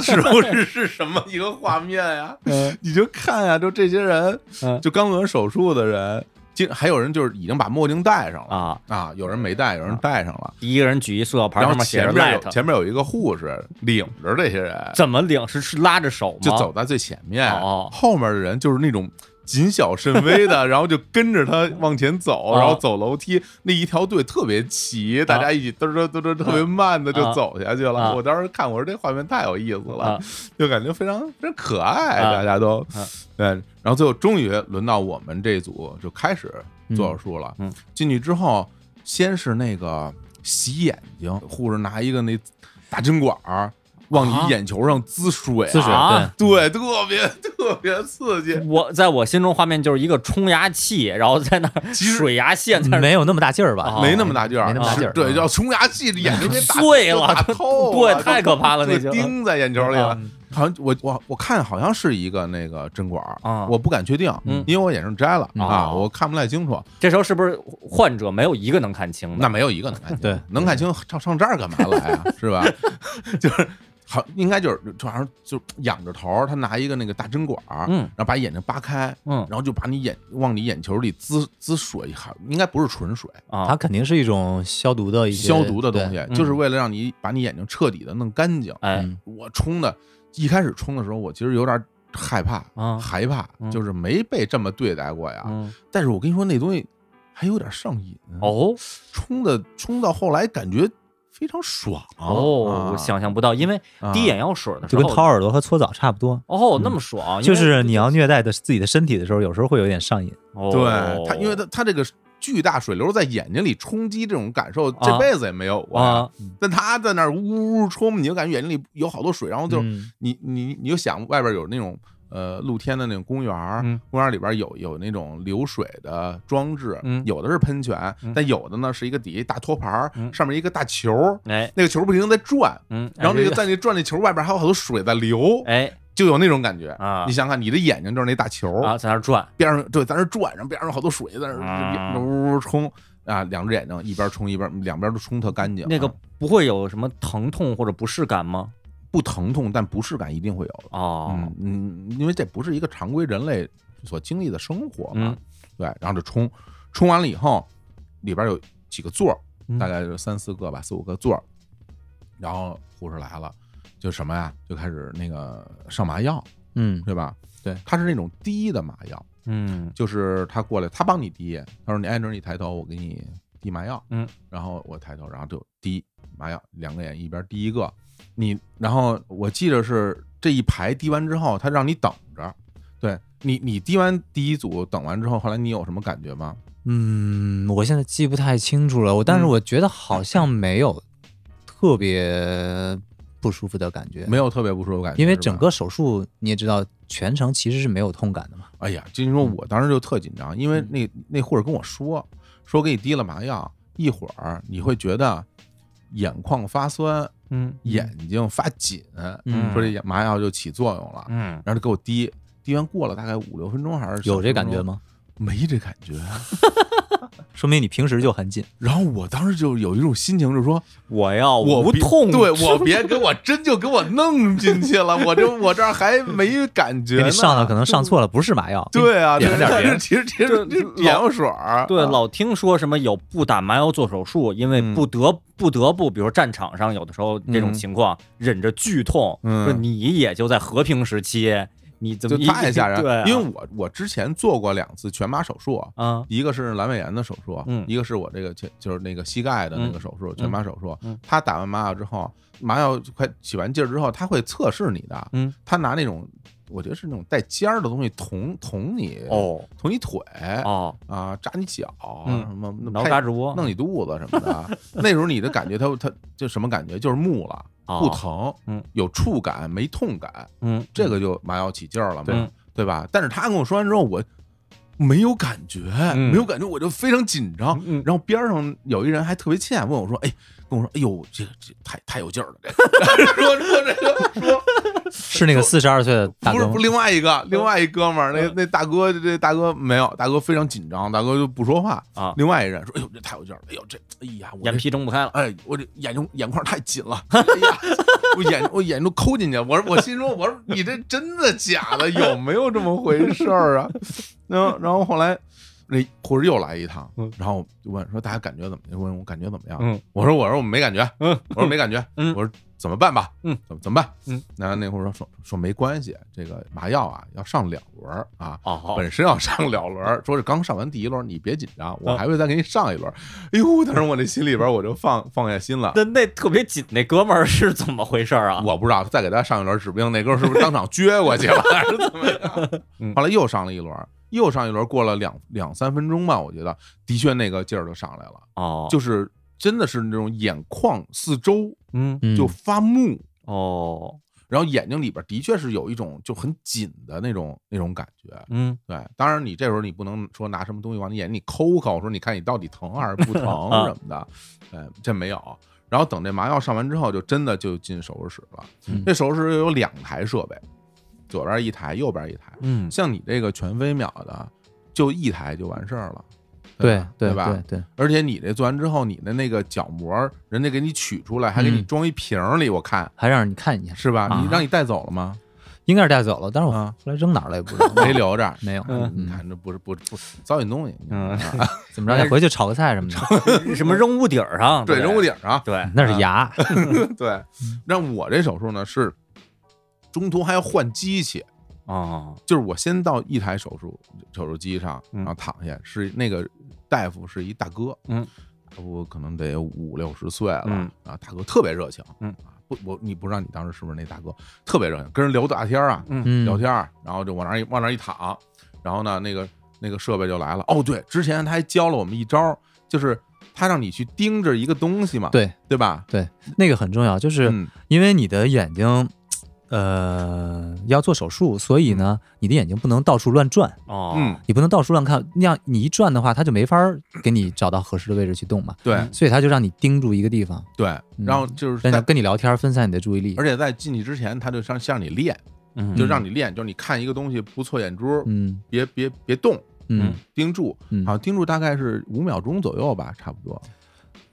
时候是是什么一个画面呀？嗯 你就看呀，就这些人嗯，就刚做完手术的人，竟还有人就是已经把墨镜戴上了啊，啊，有人没戴，有人戴上了。一个人举一塑料盘，然上后面写着前面 light，有前面有一个护士领着这些人，怎么领？是是拉着手吗？就走在最前面，哦后面的人就是那种谨小慎 微的，然后就跟着他往前走，哦然后走楼梯，那一条队特别齐，大家一起嘚儿嘚儿嘚儿嘚儿特别慢的就走下去啊了。我当时看，我说这画面太有意思啊了，就感觉非常非常可爱，啊大家都啊对。然后最后终于轮到我们这组就开始做手术了嗯嗯，进去之后先是那个洗眼睛，护士拿一个那大针管儿。往啊你眼球上滋水、滋水啊 对，对，特别特别刺激。我在我心中画面就是一个冲牙器，然后在那儿 其实嗯水牙线在那儿没有那么大劲儿吧？哦没那么大劲儿，啊没那么大劲儿对，嗯要冲牙器眼睛给 打碎了打透对了，就太可怕了那就就钉在眼球里了嗯。好像我我我看好像是一个那个针管儿啊我不敢确定嗯，因为我眼睛摘了嗯啊，哦我看不太清楚。这时候是不是患者没有一个能看清的？那没有一个能看清，对能看清上上这儿干嘛来啊？ 是吧？就是好，应该就是好像就仰着头，他拿一个那个大针管儿，嗯然后把眼睛扒开，嗯然后就把你眼往你眼球里滋滋水，好，应该不是纯水，啊它肯定是一种消毒的一些消毒的东西，对嗯就是为了让你把你眼睛彻底的弄干净。哎嗯我冲的，一开始冲的时候，我其实有点害怕，啊害怕嗯，就是没被这么对待过呀。嗯但是我跟你说，那东西还有点上瘾，哦冲的冲到后来感觉非常爽啊哦，我想象不到，因为滴眼药水的时就候跟掏耳朵和搓澡差不多。哦嗯那么爽，就因为是你要虐待的自己的身体的时候，有时候会有点上瘾。哦对它，因为它它这个巨大水流在眼睛里冲击这种感受，啊这辈子也没有过呀。啊但他在那儿呜呜冲，你就感觉眼睛里有好多水，然后就、嗯你你你就想外边有那种呃露天的那种公园儿，嗯公园儿里边有有那种流水的装置，嗯有的是喷泉，嗯但有的呢是一个底下一大托盘儿，嗯上面一个大球儿，哎那个球儿不停地在转。嗯，然后那这个在那转那球儿外边还有好多水在流，哎就有那种感觉啊你想想，你的眼睛就是那大球儿啊在那儿转边上对，在那转，然后边上有好多水在那啊儿呜呜冲啊，两只眼睛一边冲一边，两边都冲特干净。那个啊不会有什么疼痛或者不适感吗？不疼痛，但不适感一定会有的。哦嗯，嗯，因为这不是一个常规人类所经历的生活嘛嗯。对，然后就冲，冲完了以后，里边有几个座儿嗯，大概就三四个吧，四五个座儿。然后护士来了，就什么呀，就开始那个上麻药，嗯，对吧？对，它是那种滴的麻药，嗯就是他过来，他帮你滴，他说你挨着你抬头，我给你滴麻药，嗯，然后我抬头，然后就滴麻药，两个眼一边滴一个，你，然后我记得是这一排滴完之后，他让你等着，对你，你滴完第一组等完之后，后来你有什么感觉吗？嗯，我现在记不太清楚了，我但是嗯我觉得好像没有特别不舒服的感觉，没有特别不舒服感觉，因为是吧整个手术你也知道，全程其实是没有痛感的嘛。哎呀，就你嗯说我当时就特紧张，因为那那护士跟我说，说给你滴了麻药，一会儿你会觉得眼眶发酸，嗯眼睛发紧，嗯说这麻药就起作用了，嗯，然后就给我滴，滴完过了大概五六分钟还是有这感觉吗？吗？没这感觉。说明你平时就很紧。然后我当时就有一种心情，就是说我要我哦无别痛，对我别给我真就给我弄进去 了，我这我这儿还没感觉给呢。你上的可能上错了，不是麻药。对啊，点了点别这其实其实这这眼药水儿，对，啊老听说什么有不打麻药做手术，因为嗯不得不得不，比如战场上有的时候这种嗯情况，忍着剧痛，嗯说你也就在和平时期，你怎就么太吓人。对啊，因为我我之前做过两次全麻手术，啊，一个是阑尾炎的手术，嗯一个是我这个前就是那个膝盖的那个手术，全麻手术。嗯他打完麻药之后，麻药快起完劲儿之后，他会测试你的，嗯，他拿那种我觉得是那种带尖儿的东西捅捅你，哦捅你腿。哦，啊，扎你脚，嗯什么挠拍嘎吱窝，弄你肚子什 么的，那时候你的感觉，他他就什么感觉？就是木了，哦不疼，嗯，有触感没痛感，嗯，这个就麻药起劲儿了嘛，对对吧？但是他跟我说完之后，我没有感觉，嗯没有感觉，我就非常紧张。嗯然后边上有一人还特别欠，问我说：“哎，跟我说，哎呦，这个这太太有劲儿了。这个” 说说这个 说，是那个四十二岁的大不是哥吗不是另外一个嗯另外一哥们儿，那那大哥这大哥没有，大哥非常紧张，大哥就不说话啊另外一人说：“哎呦，这太有劲儿了，哎呦这哎呀，我这眼皮睁不开了，哎，我这眼睛眼眶太紧了， 哎呀，我眼我眼睛都抠进去。我说我心说，我说你这真的假的？有没有这么回事儿啊？ 然后然后后来那护士又来一趟嗯，然后就问说大家感觉怎么样？问我感觉怎么样？嗯我说我说我没感觉，嗯我说没感觉，嗯我说怎么办吧？嗯，怎么怎么办？嗯，然后那护士说说说没关系，这个麻药啊要上两轮儿啊，哦嗯好，本身要上两轮儿，说是刚上完第一轮儿，你别紧张，嗯我还会再给你上一轮儿。 哎呦，当时我这心里边儿我就放放下心了。那那特别紧那哥们儿是怎么回事儿啊？我不知道再给他上一轮儿，指不定那哥们儿是不是当场撅过去 了，还是怎么样嗯？后来又上了一轮儿，又上一轮儿，过了两两三分钟吧，我觉得的确那个劲儿就上来了，哦，就是真的是那种眼眶四周嗯嗯就发木，哦然后眼睛里边儿的确是有一种就很紧的那种那种感觉。嗯对，当然你这时候你不能说拿什么东西往你眼里抠抠，说你看你到底疼还是不 疼啊什么的，对，这没有。然后等这麻药上完之后，就真的就进手术室了。嗯这手术室有两台设备，左边一台，右边一台。嗯像你这个全飞秒的，就一台就完事儿了，对对吧对对对，而且你这做完之后，你的那个角膜，人家给你取出来，还给你嗯装一瓶儿里，我看还让你看一下，是吧？啊你让你带走了吗？应该是带走了，但是我啊后来扔哪儿了也不知道， 没留着。没有。嗯你看这不是不是不糟践东西，你看嗯啊怎么着也回去炒个菜什么的，什么扔屋顶儿上？对，扔屋顶 上。啊对，那是 牙。对，让我这手术呢是中途还要换机器，哦就是我先到一台手术手术机上，嗯然后躺下，是那个大夫是一大哥，嗯，大夫可能得五六十岁了，嗯啊，大哥特别热情，嗯啊，不，我你不知道你当时是不是那大哥，特别热情，跟人聊大天儿啊，嗯嗯聊，天儿，然后就往那儿一往那儿一躺，然后呢，那个那个设备就来了。哦，对，之前他还教了我们一招儿，就是他让你去盯着一个东西嘛，对对吧？对，那个很重要，就是嗯因为你的眼睛，呃，要做手术，所以呢，你的眼睛不能到处乱转，哦嗯，你不能到处乱看，那样你一转的话，它就没法儿给你找到合适的位置去动嘛，对，所以它就让你盯住一个地方，对，嗯然后就是让它在，跟你聊天，分散你的注意力。而且在进去之前，他就像像你练，嗯就让你练，就是你看一个东西不错眼珠，嗯别别别动，嗯盯住，嗯好，盯住大概是五秒钟左右吧，差不多，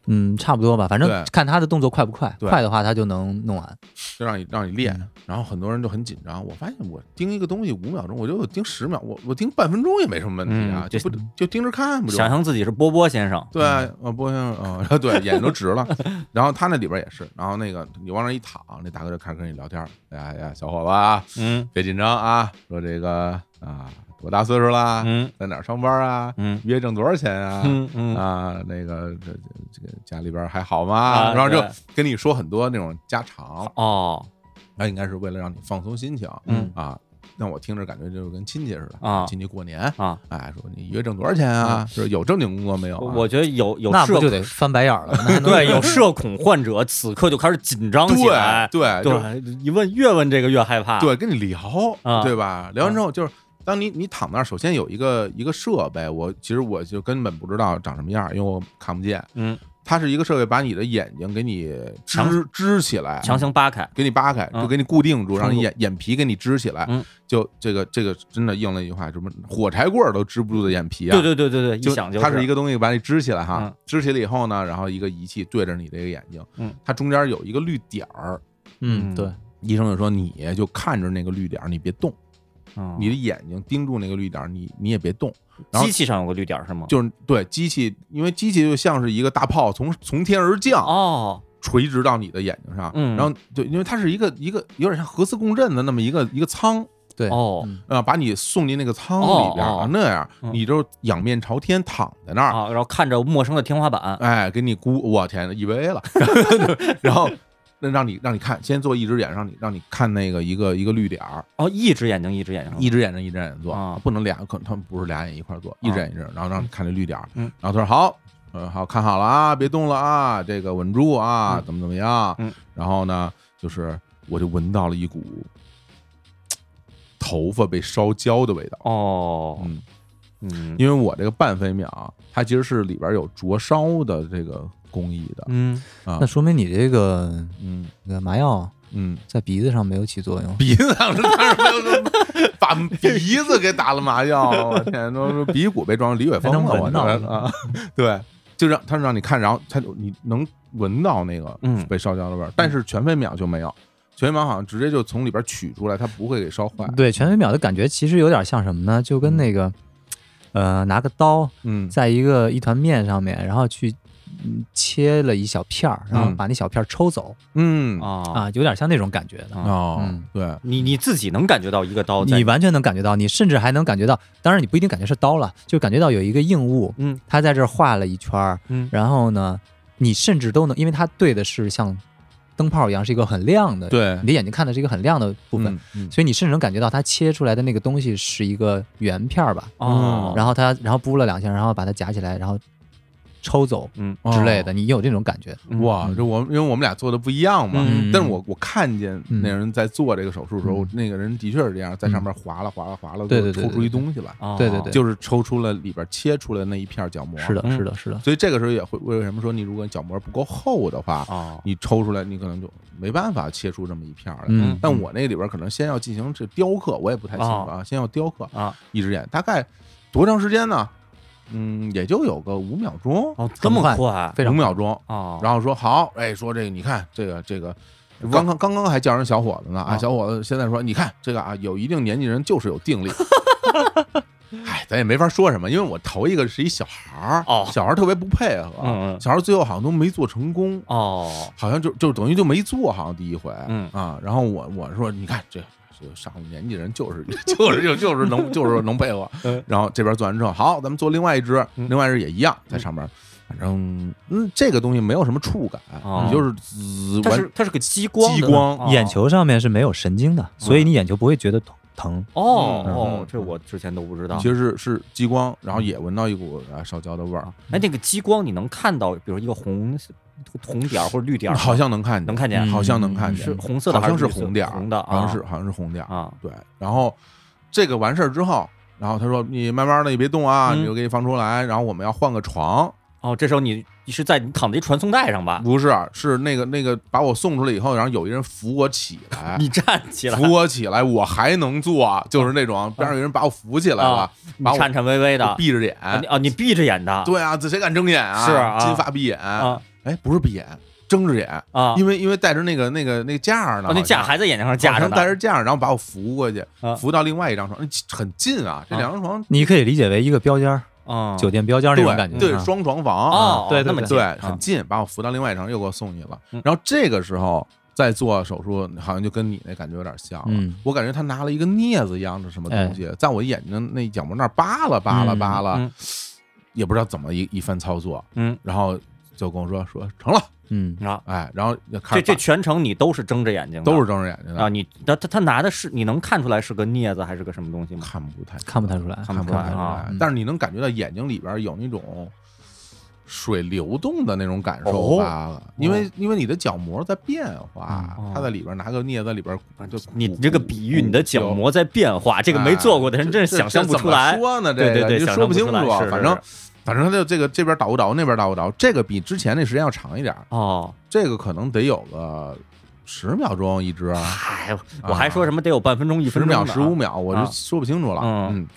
嗯，差不多吧，反正对看他的动作快不快，对快的话他就能弄完。就让你让你练。然后很多人就很紧张，我发现我盯一个东西五秒钟，我就盯十秒，我我盯半分钟也没什么问题啊，嗯就这不就盯着看不就想象自己是波波先生，对，呃，波先生，呃， 对，眼睛都直了。然后他那里边也是，然后那个你往那一躺，那大哥就开始跟你聊天儿。哎呀哎呀，小伙子啊，嗯别紧张啊，说这个啊，我大岁数啦，嗯在哪儿上班啊？嗯月挣多少钱啊？嗯嗯啊，那个这这这个家里边儿还好吗？啊然后就对跟你说很多那种家常，哦那应该是为了让你放松心情，嗯啊，让我听着感觉就跟亲戚似的啊亲戚过年，啊，嗯哎，说你一月挣多少钱啊？就是有正经工作没有啊、我我觉得有有那社不就得翻白眼儿了？ 那 对有社恐患者此刻就开始紧张起来对，对就对，一问越问这个越害怕，对，跟你聊，啊对吧？聊完之后就是。当你你躺那儿，首先有一个一个设备，我其实我就根本不知道长什么样，因为我看不见。嗯，它是一个设备，把你的眼睛给你支强支起来，强行扒开，给你扒开，嗯就给你固定住，撑住让你眼眼皮给你支起来。嗯就这个这个真的应了一句话，什么火柴棍儿都支不住的眼皮啊！对对对对对，就一想就它是是一个东西把你支起来哈嗯，支起来以后呢，然后一个仪器对着你这个眼睛，嗯，它中间有一个绿点儿，嗯，对，医生就说你就看着那个绿点儿，你别动，嗯你的眼睛盯住那个绿点儿，你你也别动。然后机器上有个绿点儿是吗？就是对机器，因为机器就像是一个大炮从从天而降，哦，垂直到你的眼睛上，嗯然后对，因为它是一个一个有点像核磁共振的那么一个一个舱对，哦嗯啊、把你送进那个舱里边、哦啊哦，那样嗯你就仰面朝天躺在那儿，啊，然后看着陌生的天花板，哎，给你估，我天，EVA 了，然后那让你让你看，先做一只眼，让你让你看那个一个一个绿点儿，哦，一只眼睛一只眼睛，一只眼睛一只眼睛做，嗯啊不能俩，可他们不是俩眼一块儿做，一只眼一只眼，然后让你看这绿点儿，嗯然后他说好，嗯，好看好了啊，别动了啊，这个稳住啊，嗯怎么怎么样，嗯然后呢，就是我就闻到了一股头发被烧焦的味道，哦，嗯，嗯因为我这个半飞秒，它其实是里边有灼烧的这个工艺的，嗯，啊那说明你这个嗯那个麻药嗯，在鼻子上没有起作 用。鼻子当时当时没有什么把鼻子给打了麻药，我天，都是鼻骨被撞李伟峰了，还能我闻这到啊， 对，就让他让你看，然后他你能闻到那个嗯被烧焦的味儿，但是全飞秒就没有，全飞秒好像直接就从里边取出来，它不会给烧坏，对，全飞秒的感觉其实有点像什么呢？就跟嗯那个，呃，拿个刀嗯在一个一团面上面，然后去嗯切了一小片儿，然后嗯把那小片儿抽走嗯啊，啊，有点像那种感觉的。啊哦嗯对，你你自己能感觉到一个刀在你完全能感觉到，你甚至还能感觉到，当然你不一定感觉是刀了，就感觉到有一个硬物，嗯，它在这儿画了一圈儿，嗯然后呢，你甚至都能，因为它对的是像灯泡一样，是一个很亮的，，对你的眼睛看的是一个很亮的部分，嗯嗯所以你甚至能感觉到它切出来的那个东西是一个圆片儿吧，嗯哦，然后它然后拨了两下，然后把它夹起来，然后抽走嗯之类的，你有这种感觉，嗯哇，这我因为我们俩做的不一样嘛，嗯但是我我看见嗯那人在做这个手术的时候，嗯那个人的确是这样，在上面划拉划拉划拉，对对对抽出一东西来，哦对对对就是抽出了里边切出来那一片角膜。是的，嗯是的，是的，所以这个时候也会为什么说你如果角膜不够厚的嗯话，哦，你抽出来你可能就没办法切出这么一片来。嗯，但我那里边可能先要进行这雕刻，我也不太清楚哦啊，先要雕刻啊一只眼，大概多长时间呢？嗯，也就有个五秒钟，哦这么很快快非五常秒钟，哦，然后说好，哎，说这个你看这个这个，刚刚刚刚还叫人小伙子呢啊，啊小伙子现在说你看这个啊，有一定年纪人就是有 定力。哎，咱也没法说什么，因为我头一个是一小孩儿，哦小孩儿特别不配合，嗯嗯小孩儿最后好像都没做成功，哦好像就就等于就没做，好像第一回，嗯啊，然后我我说你看这这上了年纪人就是 就是就就是能就是能配合嗯，然后这边做完之后，好，咱们做另外一只，嗯另外一只也一样在上面，反正嗯这个东西没有什么触感，哦你就是滋它完是它是个激光的激光哦眼球上面是没有神经的，所以你眼球不会觉得疼疼。哦嗯哦嗯，这我之前都不知道其。实是是激光，然后也闻到一股啊烧焦的味儿，哎，那个激光你能看到，比如一个红红点儿或者绿点儿吗，好像能看见，能看见哎好像能看见，嗯是红色的好还像是绿色红点儿，红的啊，好像是好像是红点儿，啊，对，然后这个完事儿之后，然后他说你慢慢的你别动啊，嗯你就给你放出来，然后我们要换个床，哦，这时候你你是在你躺在一传送带上吧？不是是那个那个把我送出来以后，然后有一人扶我起来。你站起来，哎扶我起来，我还能做，就是那种边上有人把我扶起来了啊，你把我颤颤巍巍我的，闭着眼，啊，你啊你闭着眼的，对啊，这谁敢睁眼啊？是啊金发碧眼，啊哎，不是闭眼，睁着眼，啊，因为因为戴着那个那个那个架儿哦那呢，好像架还在眼睛上架好着像戴呢，着架儿，然后把我扶过去啊，扶到另外一张床，那很近啊，这两张床你可以理解为一个标间儿，啊，酒店标间儿那种感觉。哦对啊对，双床房嗯哦，对对那么对近对，啊很近，把我扶到另外一张，又给我送去了嗯。然后这个时候，再做手术，好像就跟你那感觉有点像了。嗯我感觉他拿了一个镊子一样的什么东西，在我眼睛那角膜那儿扒拉扒拉嗯扒拉，哎嗯也不知道怎么一一番操作，嗯然后就跟我说说成了，嗯啊，哎，然后就这开始这把全程你都是睁着眼睛的，都是睁着眼睛的，啊，你那他他拿的是你能看出来是个镊子还是个什么东西吗？看不太看不太出来，看看不不出太来出啊来嗯，但是你能感觉到眼睛里边有那种水流动的那种感受哦罢了，因为因为你的角膜在变化嗯哦，它在里边拿个镊子里边就你这个比喻，你的角有啊膜在变化，这个没做过的人真是想象不出来这怎。么说呢，这对个对对你就想说象不不清楚啊出来是，是反正是反正它就这个这边倒不着，那边倒不着，这个比之前那时间要长一点儿，哦，这个可能得有个十秒钟一只，嗨，我还说什么得有半分钟、一十分钟秒、呢十五秒，我就啊说不清楚了。嗯嗯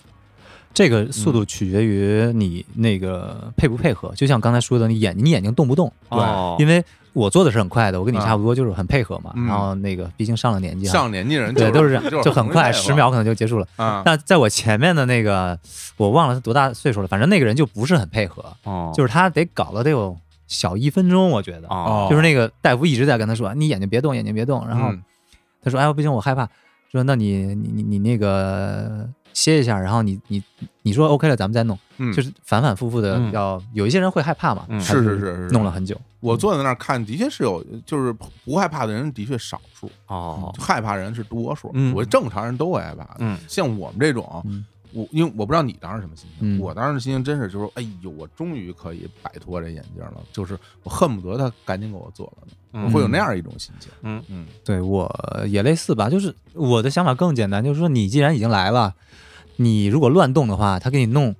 这个速度取决于你那个配不配合，就像刚才说的，你眼你眼睛动不动，哦，因为我做的是很快的，我跟你啊差不多，就是很配合嘛。嗯然后那个毕竟上了年嗯纪，哈，上年纪人对，都是是这样，就很快，十秒可能就结束了。啊，那在我前面的那个，我忘了他多大岁数了，反正那个人就不是很配合，哦，就是他得搞了得有小一分钟，我觉得，哦，就是那个大夫一直在跟他说，你眼睛别动，眼睛别动，然后嗯他说：“哎呦，不行，我害怕。”说：“那你你你你那个歇一下，然后你你你说 OK 了，咱们再弄。嗯就是反反复复的嗯要，有一些人会害怕嘛，嗯他是就是是是弄了很久。我坐在那儿看，的确是有，就是不害怕的人的确少数，哦，害怕人是多数。嗯我正常人都会害怕的，嗯像我们这种，啊嗯我因为我不知道你当时什么心情，嗯我当时心情真是就是，哎呦，我终于可以摆脱这眼镜了，就是我恨不得他赶紧给我做了呢，嗯我会有那样一种心情。嗯嗯对我也类似吧，就是我的想法更简单，就是说你既然已经来了，你如果乱动的话，他给你 弄，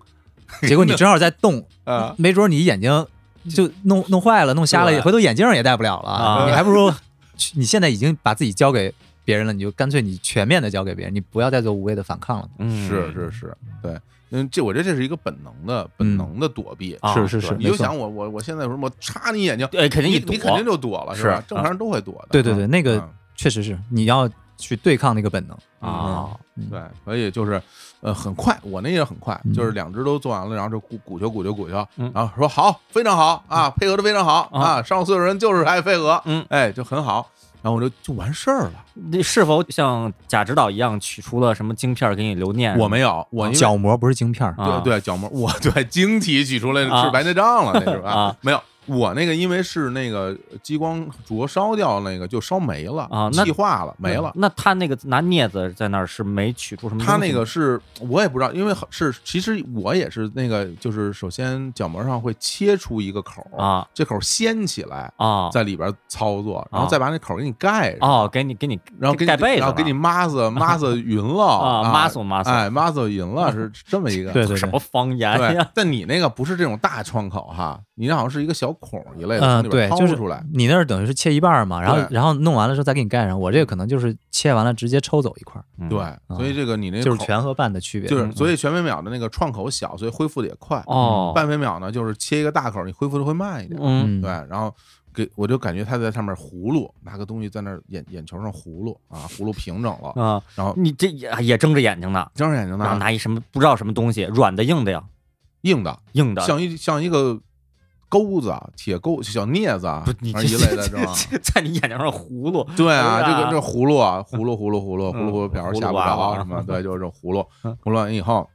结果你正好在动，啊，没准你眼睛就弄弄坏了，弄瞎对了，回头眼镜儿也戴不了了。啊你还不如去你现在已经把自己交给别人了，你就干脆你全面的交给别人，你不要再做无谓的反抗了。嗯是是是，对，嗯，这我觉得这是一个本能的本能的躲避。啊嗯是是对是，你没就错想我我我现在有什么我插你眼睛，哎，肯定你一躲你肯定就躲了，是吧？啊正常人都会躲的。对对对，那嗯，个确实是你要去对抗那个本能。啊，嗯对，所以就是呃很快，我那也很快，就是两只都做完了，然后就鼓鼓球鼓球鼓球，嗯然后说好，非常好啊，配合的非常好啊啊，上岁数人就是爱配合，嗯，哎，就很好，然后我就就完事儿了。你是否像贾指导一样取出了什么晶片儿给你留念？我没有，我因为角膜不是晶片儿，哎哦啊对对，角膜，我 对晶体取出来啊是白内 障了，那是吧啊？没有，我那个因为是那个激光灼烧掉那个就烧没了啊那气化了，没了。那他那个拿镊子在那儿是没取出什么东西吗？他那个是我也不知道，因为是其实我也是那个，就是首先角膜上会切出一个口，啊这口掀起来，啊在里边操作，然后再把那口给你盖上，哦，给你给你然后给你盖被子吧，然后给你 抹子抹子匀了啊抹子抹子哎抹子匀 了是这么一个对对什对么，方言对哎呀？，但你那个不是这种大窗口哈，你那好像是一个小孔一类的，从啊嗯里边对，掏就是出来。你那儿等于是切一半儿嘛，然后对然后弄完了之后再给你盖上。我这个可能就是切完了直接抽走一块儿，嗯对，所以这个你那个就是口全和半的区别。就是，嗯所以全飞秒的那个创口小，所以恢复的也快。哦，半飞秒呢，就是切一个大口，你恢复的会慢一点。嗯，嗯对，，然后给我就感觉他在上面葫芦，拿个东西在那儿眼眼球上葫芦啊，葫芦平整了，啊，然后你这也也睁着眼睛呢，睁着眼睛然后呢，拿一什么不知道什么东西，软的硬的呀，硬的，硬的。像一像一个钩子啊，铁钩小镊子啊，不，你反这正一类的，知道吗？ 在你眼睛上葫芦，对啊，是这啊 嗯个这葫芦啊，葫芦葫芦葫芦葫芦葫芦瓢儿葫芦下不娃着娃 什么，对，就是这种葫芦嗯，葫芦完以后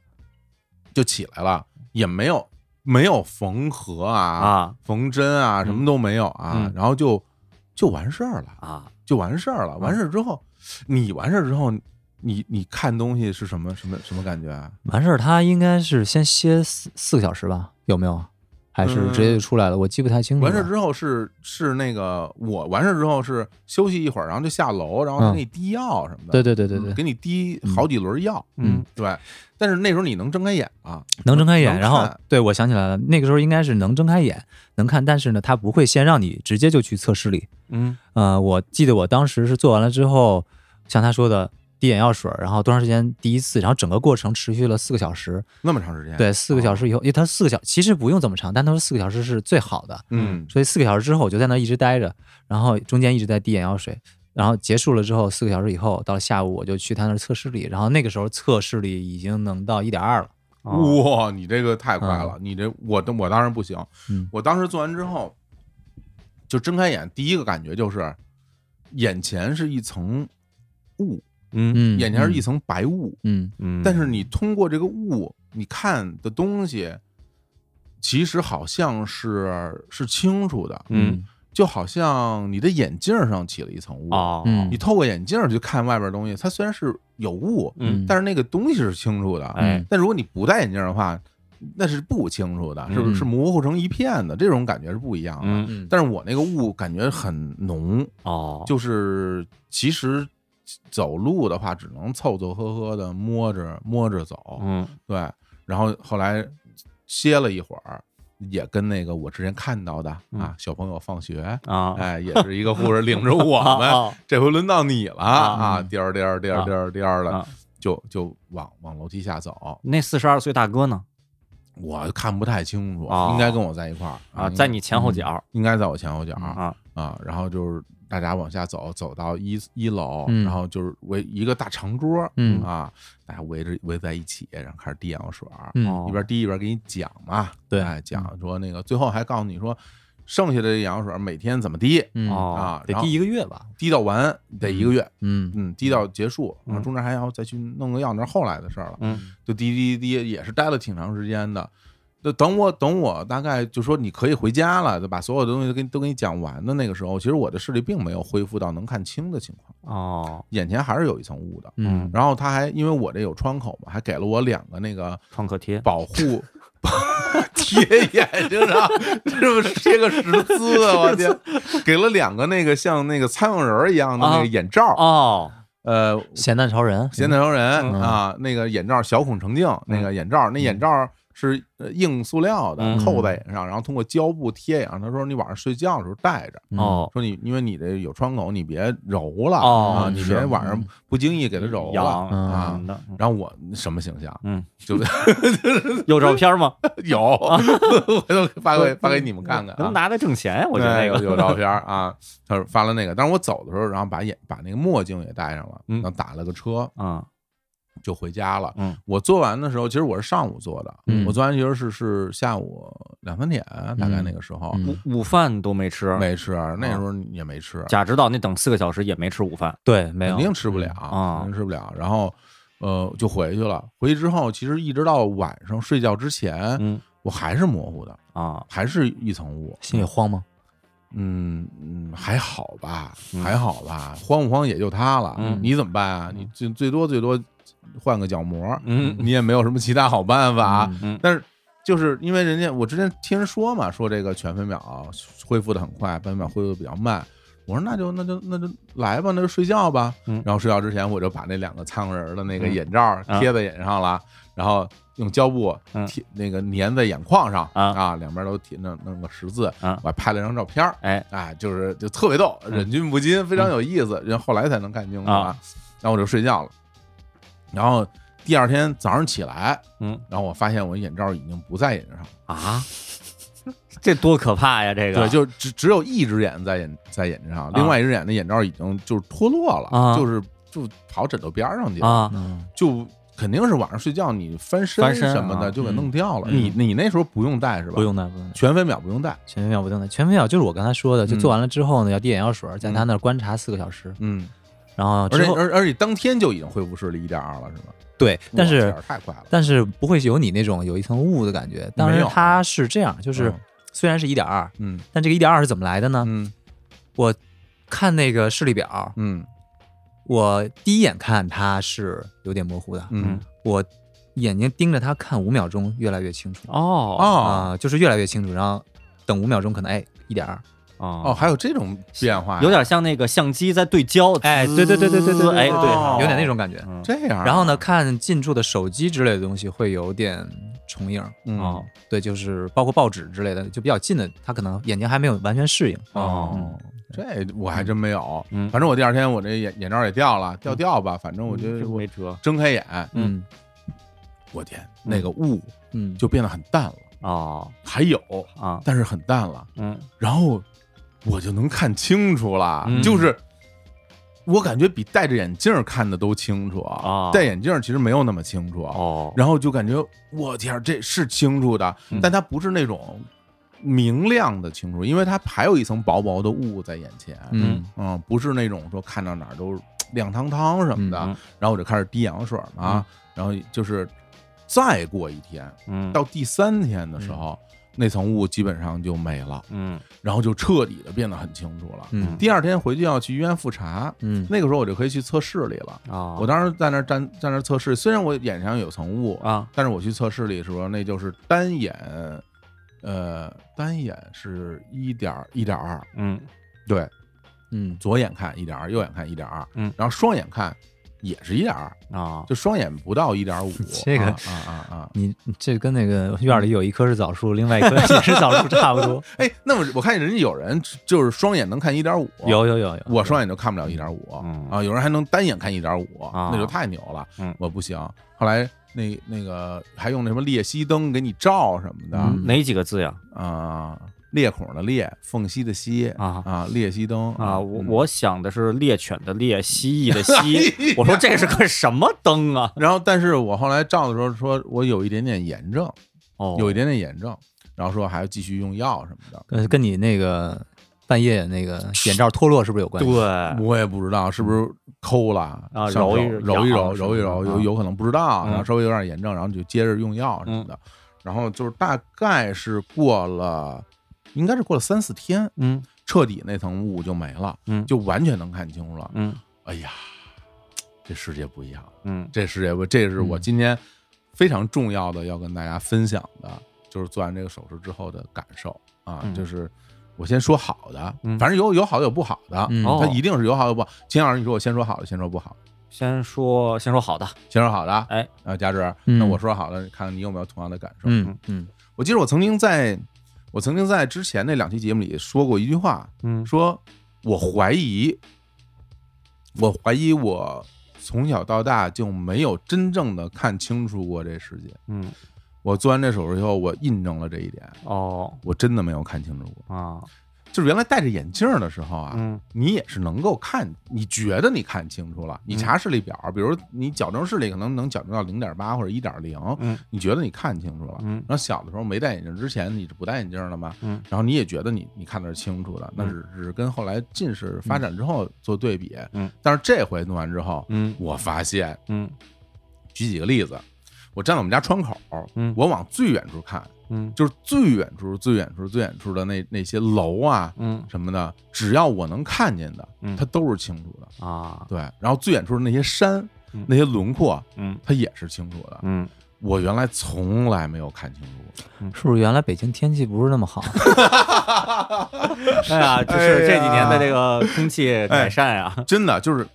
就起来了，也没有没有缝合啊、啊缝针啊，什么都没有啊嗯，然后就就完事儿了，啊，就完事嗯儿了。完事儿之后，你完事儿之后，你你看东西是什么什么什么感觉啊？完事儿他应该是先歇四四个小时吧？有没有？还是直接就出来了？我记不太清楚了。嗯完事儿之后是是那个我完事儿之后是休息一会儿，然后就下楼，然后他嗯给你滴药什么的，嗯对对对对对，给你滴好几轮药，嗯对，但是那时候你能睁开眼啊，能睁开眼，能然后看对我想起来了，那个时候应该是能睁开眼能看，但是呢，他不会先让你直接就去测视力。嗯呃，我记得我当时是做完了之后，像他说的滴眼药水，然后多长时间滴一次，然后整个过程持续了四个小时。那么长时间，，对，四个小时以哦后，因为他四个小其实不用这么长，但他说四个小时是最好的，嗯，所以四个小时之后我就在那儿一直待着，然后中间一直在滴眼药水，然后结束了之后四个小时以后，到了下午我就去他那儿测视力，然后那个时候测视力已经能到一点二了。哦哇，你这个太快嗯了，你这我都我当然不行嗯，我当时做完之后就睁开眼，第一个感觉就是眼前是一层雾，嗯嗯，眼前是嗯一层白雾，嗯嗯，但是你通过这个雾，你看的东西，其实好像是是清楚的，嗯就好像你的眼镜上起了一层雾。哦，嗯你透过眼镜去看外边东西，它虽然是有雾，嗯但是嗯那个东西是清楚的。哎但如果你不戴眼镜的话，那是不清楚的，是不是嗯是模糊成一片的？这种感觉是不一样的。嗯嗯，但是我那个雾感觉很浓，哦，就是其实走路的话，只能凑凑合合的摸着摸着走，嗯对。然后后来歇了一会儿，也跟那个我之前看到的嗯啊小朋友放学，啊，哎，也是一个护士领着我啊们，啊这回轮到你了啊，嗯颠儿颠儿颠儿颠儿颠儿的啊，就就往往楼梯下走，那四十二岁大哥呢？我看不太清楚，哦应该跟我在一块儿啊，应该在你前后脚应该在我前后嗯脚啊，啊，然后就是大家往下走，走到一一楼，嗯然后就是围一个大长桌，嗯啊，大家围着围在一起，然后开始递眼药水儿，嗯哦哦一边滴一边给你讲嘛，对嗯哎，讲说那个最后还告诉你说，剩下的这眼药水儿每天怎么滴嗯哦啊，得然后第一个月吧，滴到完得一个月，嗯嗯，滴到结束，然后嗯中间还要再去弄个药，那是后来的事儿了，嗯就滴滴滴也是待了挺长时间的。那等我等我大概就说你可以回家了，就把所有的东西都给你都给你讲完的那个时候，其实我的视力并没有恢复到能看清的情况，哦，眼前还是有一层雾的。嗯然后他还因为我这有窗口嘛，还给了我两个那个创可贴保护贴眼睛上，是不是贴个十字啊？我天，给了两个那个像那个参梦人儿一样的那啊个眼罩，哦，呃，咸蛋超人，咸蛋超人嗯啊，那个眼罩小孔成镜，那个眼罩，那眼罩是呃硬塑料的，嗯扣在眼上，然后通过胶布贴眼上。他说你晚上睡觉的时候戴着，嗯哦，说你因为你这有窗口，你别揉了哦啊，你是别晚上嗯不经意给它揉了痒啊什么。的，然后我什么形象嗯，就 有照片吗？有， 回头发给发给你们看看能啊。拿来挣钱呀？我觉得对那个有有照片啊，他说发了那个，但是我走的时候，然后把眼把那个墨镜也戴上了，嗯然后打了个车啊，就回家了。嗯我做完的时候，其实我是上午做的，嗯我做完其实是是下午两三点，大概那个时候、嗯午午饭都没吃，没吃，那时候也没吃，贾指导那等四个小时也没吃午饭，对，没有肯定吃不了，啊肯定吃不了。然后呃就回去了，回去之后其实一直到晚上睡觉之前，嗯我还是模糊的，啊，还是一层雾。心里慌吗？嗯嗯，还好吧，嗯还好吧，慌不慌也就它了。嗯你怎么办啊？你最最多最多换个角膜，嗯你也没有什么其他好办法。嗯嗯但是就是因为人家我之前听人说嘛，说这个全分秒恢复的很快，半分秒恢复的比较慢。我说那就那就那就来吧，那就睡觉吧。嗯然后睡觉之前我就把那两个苍蝇人的那个嗯眼罩啊贴在眼上了，然后用胶布嗯贴、那个粘在眼眶上啊两边都贴弄弄个十字，啊我还拍了张照片儿。哎哎，就是就特别逗，忍俊不禁，非常有意思。人后来才能看清楚嗯啊。然后我就睡觉了，然后第二天早上起来，嗯然后我发现我眼罩已经不在眼睛上了，啊， 这多可怕呀！这个对，就只只有一只眼在眼在眼睛上，另外一只眼的眼罩已经就是脱落了，啊就是就跑枕头边儿上去了，啊，嗯就肯定是晚上睡觉你翻身翻身什么的啊就给嗯弄掉了。嗯你你那时候不用戴是吧？不，用戴，不用戴，全飞秒不用戴。全飞秒不用戴，全飞秒就是我刚才说的，就嗯做完了之后呢，要滴眼药水，在他那儿观察四个小时，嗯，然后而啊之且后而而且当天就已经恢复视力一点二了，是吧？对，但我是天儿太快了，但是不会有你那种有一层雾的感觉。当没时有它是这样，就是嗯虽然是一点二，嗯但这个一点二是怎么来的呢？嗯我看那个视力表，嗯我第一眼看它是有点模糊的，嗯我眼睛盯着它看五秒钟，越来越清楚哦哦啊、就是越来越清楚，然后等五秒钟可能哎一点二，哦，哦，还有这种变化呀，有点像那个相机在对焦，哎，对对对对对对对，哎对哦有点那种感觉。嗯这样啊。然后呢，看近处的手机之类的东西会有点重影，嗯，哦对，就是包括报纸之类的，就比较近的，它可能眼睛还没有完全适应。哦嗯哦，这我还真没有。嗯反正我第二天我这眼眼罩也掉了，掉掉吧。反正我觉得真我嗯没辙睁开眼，嗯我天，那个雾嗯，就变得很淡了，哦还有，啊但是很淡了。嗯然后我就能看清楚了，嗯就是我感觉比戴着眼镜儿看的都清楚啊戴眼镜儿其实没有那么清楚。哦然后就感觉我天儿，这是清楚的，嗯但它不是那种明亮的清楚，因为它还有一层薄薄的雾在眼前。嗯嗯，不是那种说看到哪儿都亮堂堂什么的，嗯嗯然后我就开始滴眼药水嘛，啊然后就是再过一天，嗯到第三天的时候，那层雾基本上就没了，嗯然后就彻底的变得很清楚了。嗯第二天回去要去医院复查，嗯那个时候我就可以去测试里了。啊，我当时在那儿站在那儿测试，虽然我眼上有层雾，啊但是我去测试里的时候，那就是单眼，呃，单眼是一点一点二，嗯对，嗯左眼看一点二，右眼看一点二，嗯然后双眼看也是一点二，啊就双眼不到一点 五，这个啊啊啊啊！你你这跟那个院里有一棵是枣树，另外一棵也是枣 树差不多。哎，那我我看人家有人就是双眼能看一点五，有有有有，我双眼就看不了一点五嗯啊，有人还能单眼看一点五，啊那就太牛了嗯，我不行。后来那那个还用那什么裂隙灯给你照什么的嗯哪几个字呀？啊，裂孔的裂，缝隙的隙啊啊，裂隙灯啊，我嗯。我想的是猎犬的猎，蜥蜴的蜥 我说这是个什么灯啊？然后，但是我后来照的时候说，我有一点点炎症，哦，有一点点炎症，然后说还要继续用药什么的。呃跟你那个半夜那个眼罩脱落是不是有关系？对，我也不知道是不是抠了哎嗯啊上手揉一揉一揉痒是揉一揉，吧有啊有可能不知道，嗯然后稍微有点炎症，然后就接着用药什么的。然后就是大概是过了，应该是过了三四天，嗯彻底那层雾就没了，嗯就完全能看清楚了。嗯哎呀，这世界不一样，嗯这世界不，这是我今天非常重要的要跟大家分享的，就是做完这个手术之后的感受啊，嗯就是我先说好的，嗯反正有有好有不好的，嗯哦它一定是有好有不好。秦老师，你说我先说好的，先说不好，先说先说好的，先说好的，哎，啊，佳芝，嗯那我说好的，看看你有没有同样的感受。嗯嗯我记得我曾经在，我曾经在之前那两期节目里说过一句话，嗯说我怀疑，我怀疑我从小到大就没有真正的看清楚过这世界。嗯我做完这手术以后，我印证了这一点，哦我真的没有看清楚过。啊就是原来戴着眼镜儿的时候啊，嗯你也是能够看，你觉得你看清楚了，你查视力表，比如你矫正视力可能能矫正到零点八或者一点零，嗯你觉得你看清楚了。嗯然后小的时候没戴眼镜之前，你是不戴眼镜的嘛？嗯，然后你也觉得你你看的是清楚的，那只只是跟后来近视发展之后做对比。嗯，但是这回弄完之后，嗯我发现，嗯举几个例子，我站在我们家窗口，嗯我往最远处看，嗯就是最远处、最远处、最远处的那那些楼啊嗯什么的，只要我能看见的嗯，它都是清楚的。啊对，然后最远处的那些山嗯，那些轮廓，嗯它也是清楚的。 嗯我原来从来没有看清楚过。是不是原来北京天气不是那么好？ 哎呀，只哎是这几年呀的哎这个空气改善啊，真的就是，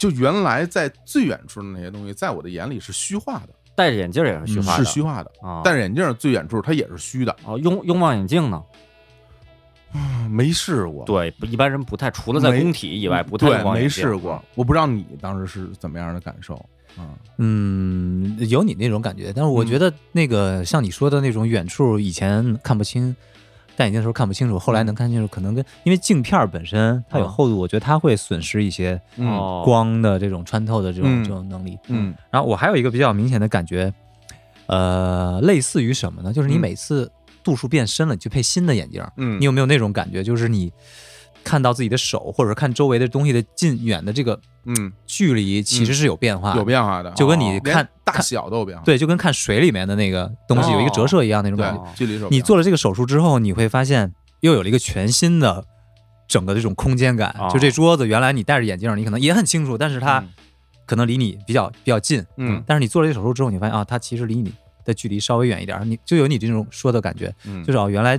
就原来在最远处的那些东西，在我的眼里是虚化的，戴着眼镜也是虚化的，嗯是虚化的。啊。戴着眼镜儿最远处它也是虚的，哦，用用望远镜呢？没试过，对，不一般人不太，除了在没工体以外，不太对用，望远没镜试过。。我不知道你当时是怎么样的感受啊？嗯，有你那种感觉，但是我觉得那个像你说的那种远处以前看不清，戴眼镜的时候看不清楚，后来能看清楚，可能跟因为镜片本身它有厚度，我觉得它会损失一些嗯哦，光的这种穿透的这种、嗯这种能力。嗯然后我还有一个比较明显的感觉，呃，类似于什么呢？就是你嗯每次度数变深了，你就配新的眼镜儿。嗯，你有没有那种感觉？就是你看到自己的手，或者看周围的东西的近远的这个嗯距离，其实是有变化的。有变化的，啊就跟你哦看连大小都有变化。哦对，就跟看水里面的那个东西有一个折射一样那种感觉。对，距离是有你变化做了这个手术之后，你会发现又有了一个全新的整个这种空间感。哦啊就这桌子，原来你戴着眼镜，你可能也很清楚，但是它可能离你比较比较近。嗯但是你做了这手术之后，你发现啊，它其实离你的距离稍微远一点儿，你就有你这种说的感觉，嗯，就是是哦，原来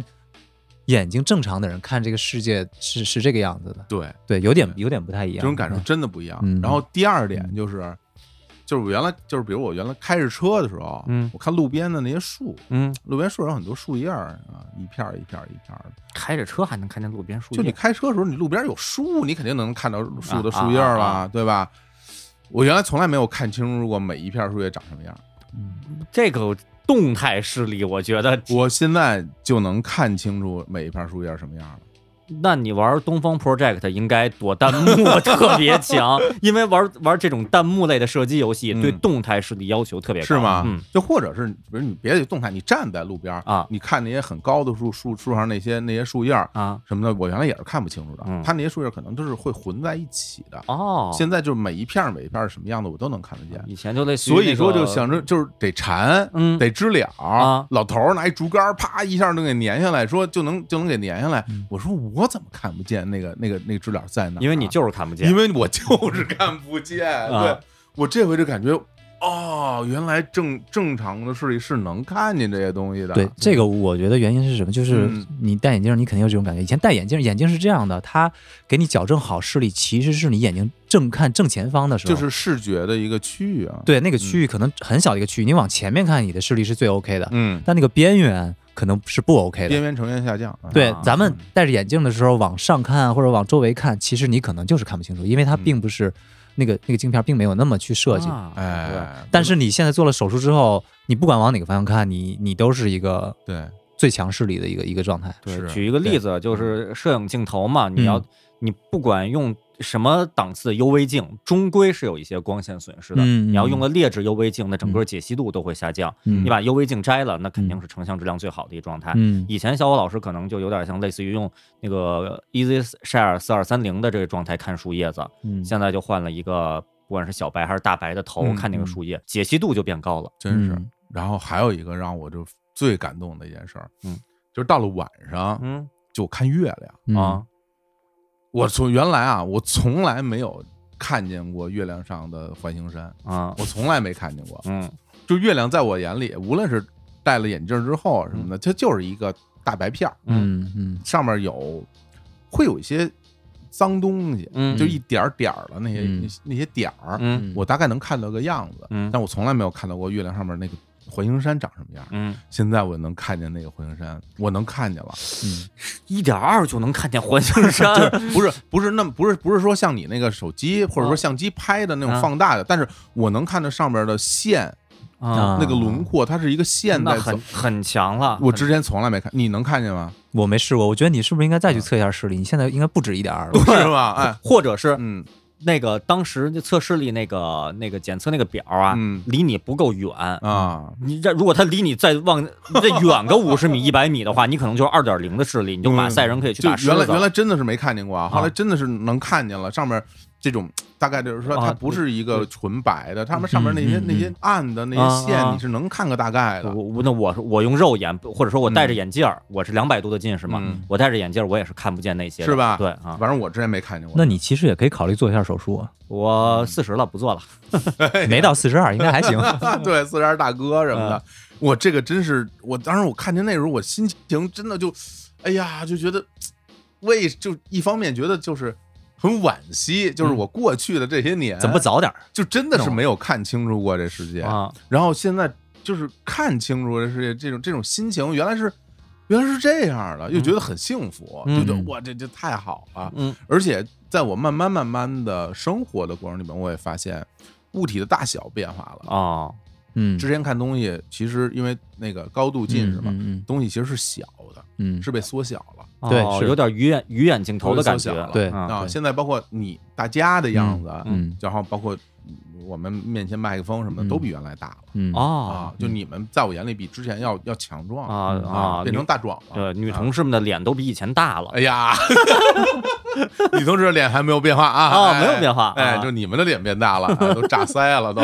眼睛正常的人看这个世界是是这个样子的。对对，有点对有点不太一这样，种感受真的不一样嗯。然后第二点就是。就是我原来就是，比如我原来开着车的时候，嗯我看路边的那些树，嗯，路边树上有很多树叶儿啊，一片儿一片儿一片儿的。开着车还能看见路边树叶，就你开车的时候，你路边有树，你肯定能看到树的树叶啊儿啊吧，啊对吧？我原来从来没有看清楚过每一片树叶长什么样，这个动态视力，我觉得我现在就能看清楚每一片树叶什么样了。那你玩东方 Project 应该躲弹幕特别 强，因为玩玩这种弹幕类的射击游戏对嗯动态视力要求特别高，是吗？嗯，就或者是比如你别动态，你站在路边儿啊你看那些很高的树树树上那些那些树叶儿啊，什么的，我原来也是看不清楚的。嗯它那些树叶可能都是会混在一起的。哦，现在就是每一片儿每一片儿是什么样的，我都能看得见。以前就类似于所以说，那就个想着就是得缠，嗯得知了啊老头儿拿一竹竿儿，啪一下就给粘下来，说就能就能给粘下来嗯。我说我怎么看不见那个那个那个知了在哪儿啊？因为你就是看不见，啊因为我就是看不见。对我这回就感觉，哦，原来正正常的视力是能看见这些东西的。对，这个我觉得原因是什么？就是嗯你戴眼镜，你肯定有这种感觉。以前戴眼镜，眼镜是这样的，它给你矫正好视力，其实是你眼睛正看正前方的时候，就是视觉的一个区域啊。，对那个区域可能很小的一个区域，你往前面看，你的视力是最 OK 的，嗯，但那个边缘可能是不 OK 边的。缘呈现下降。对啊，咱们嗯戴着眼镜的时候往上看或者往周围看，其实你可能就是看不清楚，因为它嗯并不是那个那个镜片并没有那么去设计。啊哎，但是你现在做了手术之后，你不管往哪个方向看，你你都是一个对，最强视力的一个一个状态。对是举一个例子，就是摄影镜头嘛，你要嗯你不管用什么档次的 UV 镜，终归是有一些光线损失的。嗯你要用嗯了劣质 UV 镜，那整个解析度都会下降。嗯你把 UV 镜摘了，那肯定是成像质量最好的一状态。嗯以前小伙老师可能就有点像类似于用那个 Easy Share 四二三零的这个状态看树叶子，嗯现在就换了一个，不管是小白还是大白的头嗯看那个嗯树叶，解析度就变高了。真是嗯。然后还有一个让我就最感动的一件事儿，嗯，就是到了晚上嗯就看月亮。嗯啊，我从原来啊，我从来没有看见过月亮上的环形山，啊我从来没看见过。嗯就月亮在我眼里，无论是戴了眼镜之后啊什么嗯的，它就是一个大白片儿，嗯嗯上面有会有一些脏东西，嗯就一点儿点儿的那些、嗯那些那些点儿，嗯我大概能看到个样子，嗯但我从来没有看到过月亮上面那个环形山长什么样。嗯，现在我能看见那个环形山，我能看见了，嗯一点二就能看见环 形山。对，不是不是那么不是不是说像你那个手机或者说哦相机拍的那种啊放大的，但是我能看到上面的线，啊，那个轮廓，它是一个线那在走很。很强了。我很之前从来没看，你能看见吗？我没试过，我觉得你是不是应该再去测一下视力？你现在应该不止一点二了。是吧？哎，或者是嗯那个当时那测视力那个那个检测那个表啊，嗯离你不够远。啊，你这如果它离你再往再远个五十米、一百米的话，你可能就是二点零的视力，你就马赛人可以去嗯就打狮原来子原了。来真的是没看见过啊，后来真的是能看见了，上面这种大概就是说啊它不是一个纯白的，它们上面那些嗯嗯那些暗的那些啊哦线，啊你是能看个大我概的。我那我是我用肉眼，或者说我戴着眼镜儿，我是两百度的近视嘛，嗯我戴着眼镜儿我也是看不见那些的，是吧对啊，反正我之前没看见过。那你其实也可以考虑做一下手术啊，我四十了，不做了。没到四十二应该还 行。 对四十二大哥什么的，嗯我这个真是，我当时我看见那时候，我心情真的就，哎呀，就觉得，为就一方面觉得就是很惋惜，就是我过去的这些年嗯怎么不早点儿？就真的是没有看清楚过这世界啊，然后现在就是看清楚这世界，这种这种心情原来是原来是这样的，又觉得很幸福，嗯就觉得哇，这这太好了。嗯而且在我慢慢慢慢的生活的过程里面，我也发现物体的大小变化了。哦，嗯，之前看东西，其实因为那个高度近视嘛，嗯东西其实是小的，嗯嗯是被缩小了。对哦是有点鱼眼鱼眼镜头的感有点缩小觉了，对啊啊，对现在包括你大家的样子，嗯然后包括我们面前麦克风什么的，嗯都比原来大了。嗯哦啊，就你们在我眼里比之前要要强壮啊嗯啊，变成女大壮了。对女啊同事们的脸都比以前大了哎呀，女同事的脸还没有变化啊？哦哎没有变化哎，啊就你们的脸变大了，哎都炸腮了都。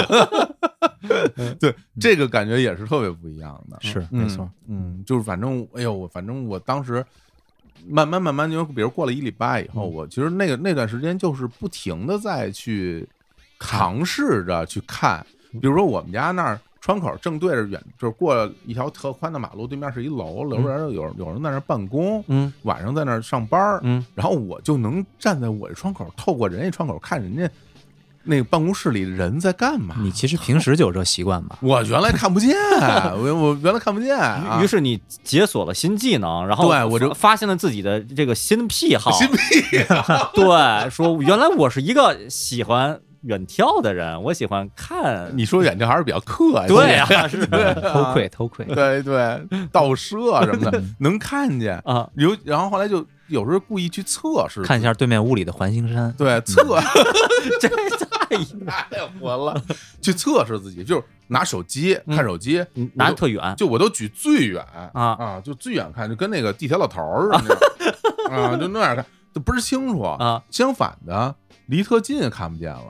对，这个感觉也是特别不一样的。是嗯没错，，嗯，就是反正，哎呦，我反正我当时慢慢慢慢就，比如过了一礼拜以后，我其实那个那段时间就是不停的在去尝试着去看，比如说我们家那儿窗口正对着远，就是过了一条特宽的马路，对面是一楼，楼边有人有人在那儿办公，嗯晚上在那儿上班儿，嗯然后我就能站在我这窗口，透过人家窗口看人家那个办公室里人在干嘛。嗯你其实平时就有这习惯 吧？我原来看不见，我我原来看不见、啊于，于是你解锁了新技能，然后对我就发发现了自己的这个新癖好。新屁、对，说原来我是一个喜欢远眺的人，我喜欢看。你说远眺还是比较客气，对啊，是对啊偷窥偷窥，对对，倒射什么的能看见。啊，有，然后后来就有时候故意去测试， 看一下对面屋里的环形山，对 测，这太嗯 太混了，去测试自己，就是拿手机看手机，拿得特啊远，就我都举最远啊啊，就最远看，就跟那个地铁老头儿似的啊，就那样看，就倍儿清楚啊。相反的，离特近看不见了。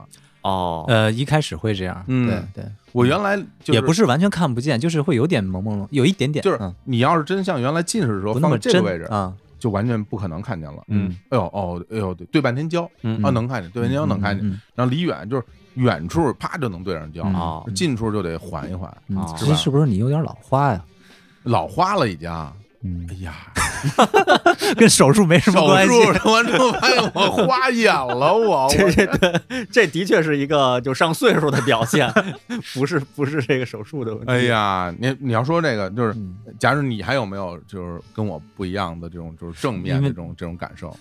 哦，呃，一开始会这样，嗯对对，我原来就是也不是完全看不见，就是会有点朦朦胧，有一点点，就是嗯你要是真像原来近视的时候不那放么在这真个位置，啊，就完全不可能看见了。嗯，哎呦哦，哎呦，对对半天焦嗯啊，能看见，对半天焦能看见。见，然后离远就是远处啪就能对上焦，嗯哦，近处就得缓一缓。嗯哦其实是不是你有点老花呀？ 老花了已经，哎嗯，呀，跟手术没什手么关系。术什么之后发现我花眼了， 我这我这这这的确是一个就上岁数的表现， 不是不是这个手术的问题。哎呀，你你要说这个，就是嗯假如你还有没有就是跟我不一样的这种就是正面因的为这种这种感受？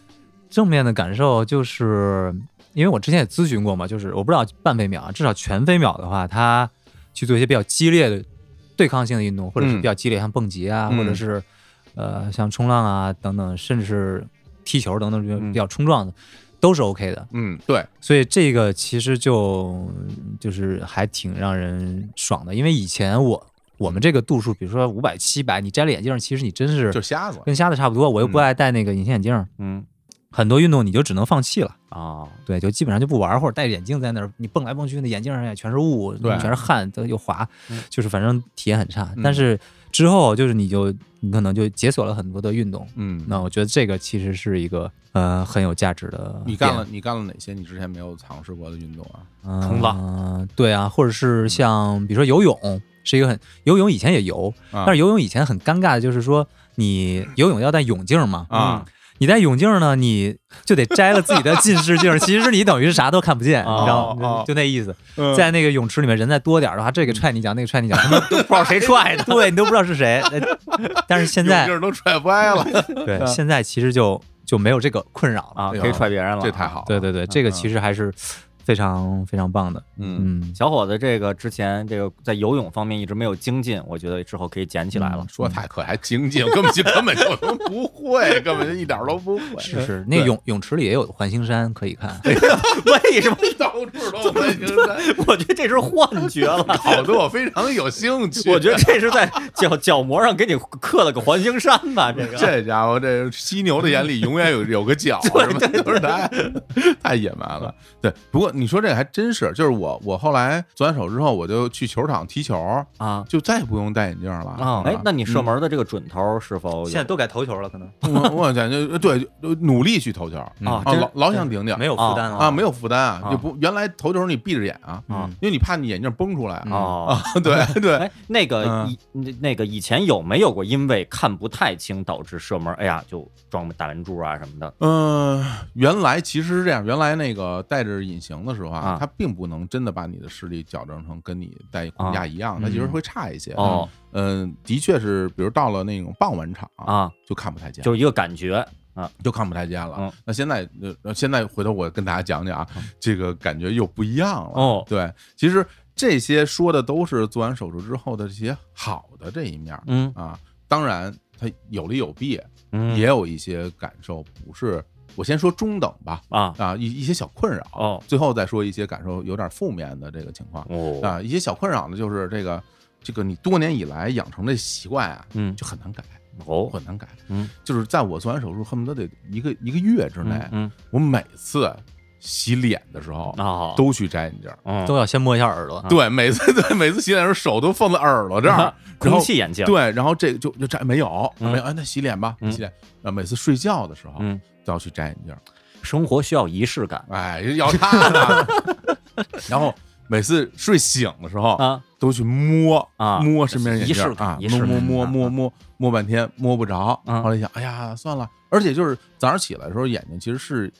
正面的感受就是，因为我之前也咨询过嘛，就是我不知道半飞秒啊，至少全飞秒的话，它去做一些比较激烈的对抗性的运动，或者是嗯比较激烈，像蹦极啊，嗯或者是呃像冲浪啊等等，甚至是踢球等等这嗯种比较冲撞的，都是 OK 的。嗯，对，所以这个其实就就是还挺让人爽的，因为以前我我们这个度数，比如说五百、七百，你摘了眼镜，其实你真是就瞎子，跟瞎子差不多。我又不嗯爱戴那个隐形眼镜，嗯很多运动你就只能放弃了，啊，对，就基本上就不玩儿，或者戴着眼镜在那儿，你蹦来蹦去，那眼镜上也全是雾，对全是汗，都又滑嗯，就是反正体验很差嗯。但是之后就是你就你可能就解锁了很多的运动，嗯，那我觉得这个其实是一个呃很有价值的。你干了，你干了哪些你之前没有尝试过的运动啊？冲浪嗯，对啊，或者是像比如说游泳，是一个很游泳以前也游，啊但是游泳以前很尴尬的就是说你游泳要戴泳镜嘛，嗯啊，你戴泳镜呢，你就得摘了自己的近视 镜，其实你等于是啥都看不见，哦你知道哦吗？就那意思。嗯在那个泳池里面，人再多点儿的话，这个踹你一脚，那个踹你一 脚，他们都不知道谁踹的，对你都不知道是 谁。呃但是现劲在，儿都踹歪 了，对现在其实就就没有这个困扰了啊，哎呦可以踹别人了，这太。好了。对对对，这个其实还是非常非常棒的。嗯，嗯，小伙子，这个之前这个在游泳方面一直没有精进，我觉得之后可以捡起来了。说太可还精进， 根本就根本就不会， 根本就一点儿都不会。是是，那对泳泳池里也有环形山可以看。嗯 为什么？ 到处都会精 神，我觉得这是幻觉 了。搞得我非常有兴趣。我觉得这是在角角膜上给你刻了个环形山吧，这 个这家伙，这犀牛的眼里永远有有个角，是吧？都是太太野蛮了。对，不过你说这个还真是，就是我我后来做完手之后，我就去球场踢球，啊就再也不用戴眼镜了啊！哎，那你射门的这个准头是否有现在都改投球了，可能嗯我我感觉对，就努力去投球啊，真老老想顶顶，嗯没有负担了啊，没有负担啊，啊就不原来投球你闭着眼啊，啊因为你怕你眼镜崩出来啊。哦啊，对对，哎，那个嗯以那那个以前有没有过因为看不太清导致射门，哎呀就装打圆柱啊什么的嗯，原来其实是这样，原来那个戴着隐形的时候啊啊，它并不能真的把你的视力矫正成跟你戴框架一样，它其实会差一些。嗯哦嗯，的确是，比如到了那种傍晚场啊，就看不太见，就是一个感觉就看不太见了嗯。那现在呃，现在回头我跟大家讲讲啊，这个感觉又不一样了。哦对，其实这些说的都是做完手术之后的这些好的这一面儿嗯啊，当然它有利有弊，嗯也有一些感受不是。我先说中等吧，啊啊，一一些小困扰，哦最后再说一些感受有点负面的这个情况哦啊，一些小困扰呢，就是这个这个你多年以来养成的习惯啊，嗯就很难改，哦很难改。嗯，就是在我做完手术，恨不得得一个一个月之内嗯，嗯我每次洗脸的时候哦都去摘眼镜儿。嗯啊都要先摸一下耳朵。对，每次 对每次洗脸的时候手都放在耳朵这 儿，然后空气眼镜对，然后这个就就摘没有啊嗯没有，哎，那洗脸吧，嗯洗脸。啊，每次睡觉的时候嗯都要去摘眼镜儿。生活需要仪式感哎，要 他的。然后每次睡醒的时候，啊都去摸啊摸身边人仪式感啊，仪摸式摸感摸啊摸摸摸半天摸不着，嗯后来想，哎呀，算了。而且就是早上起来的时候，眼睛其实是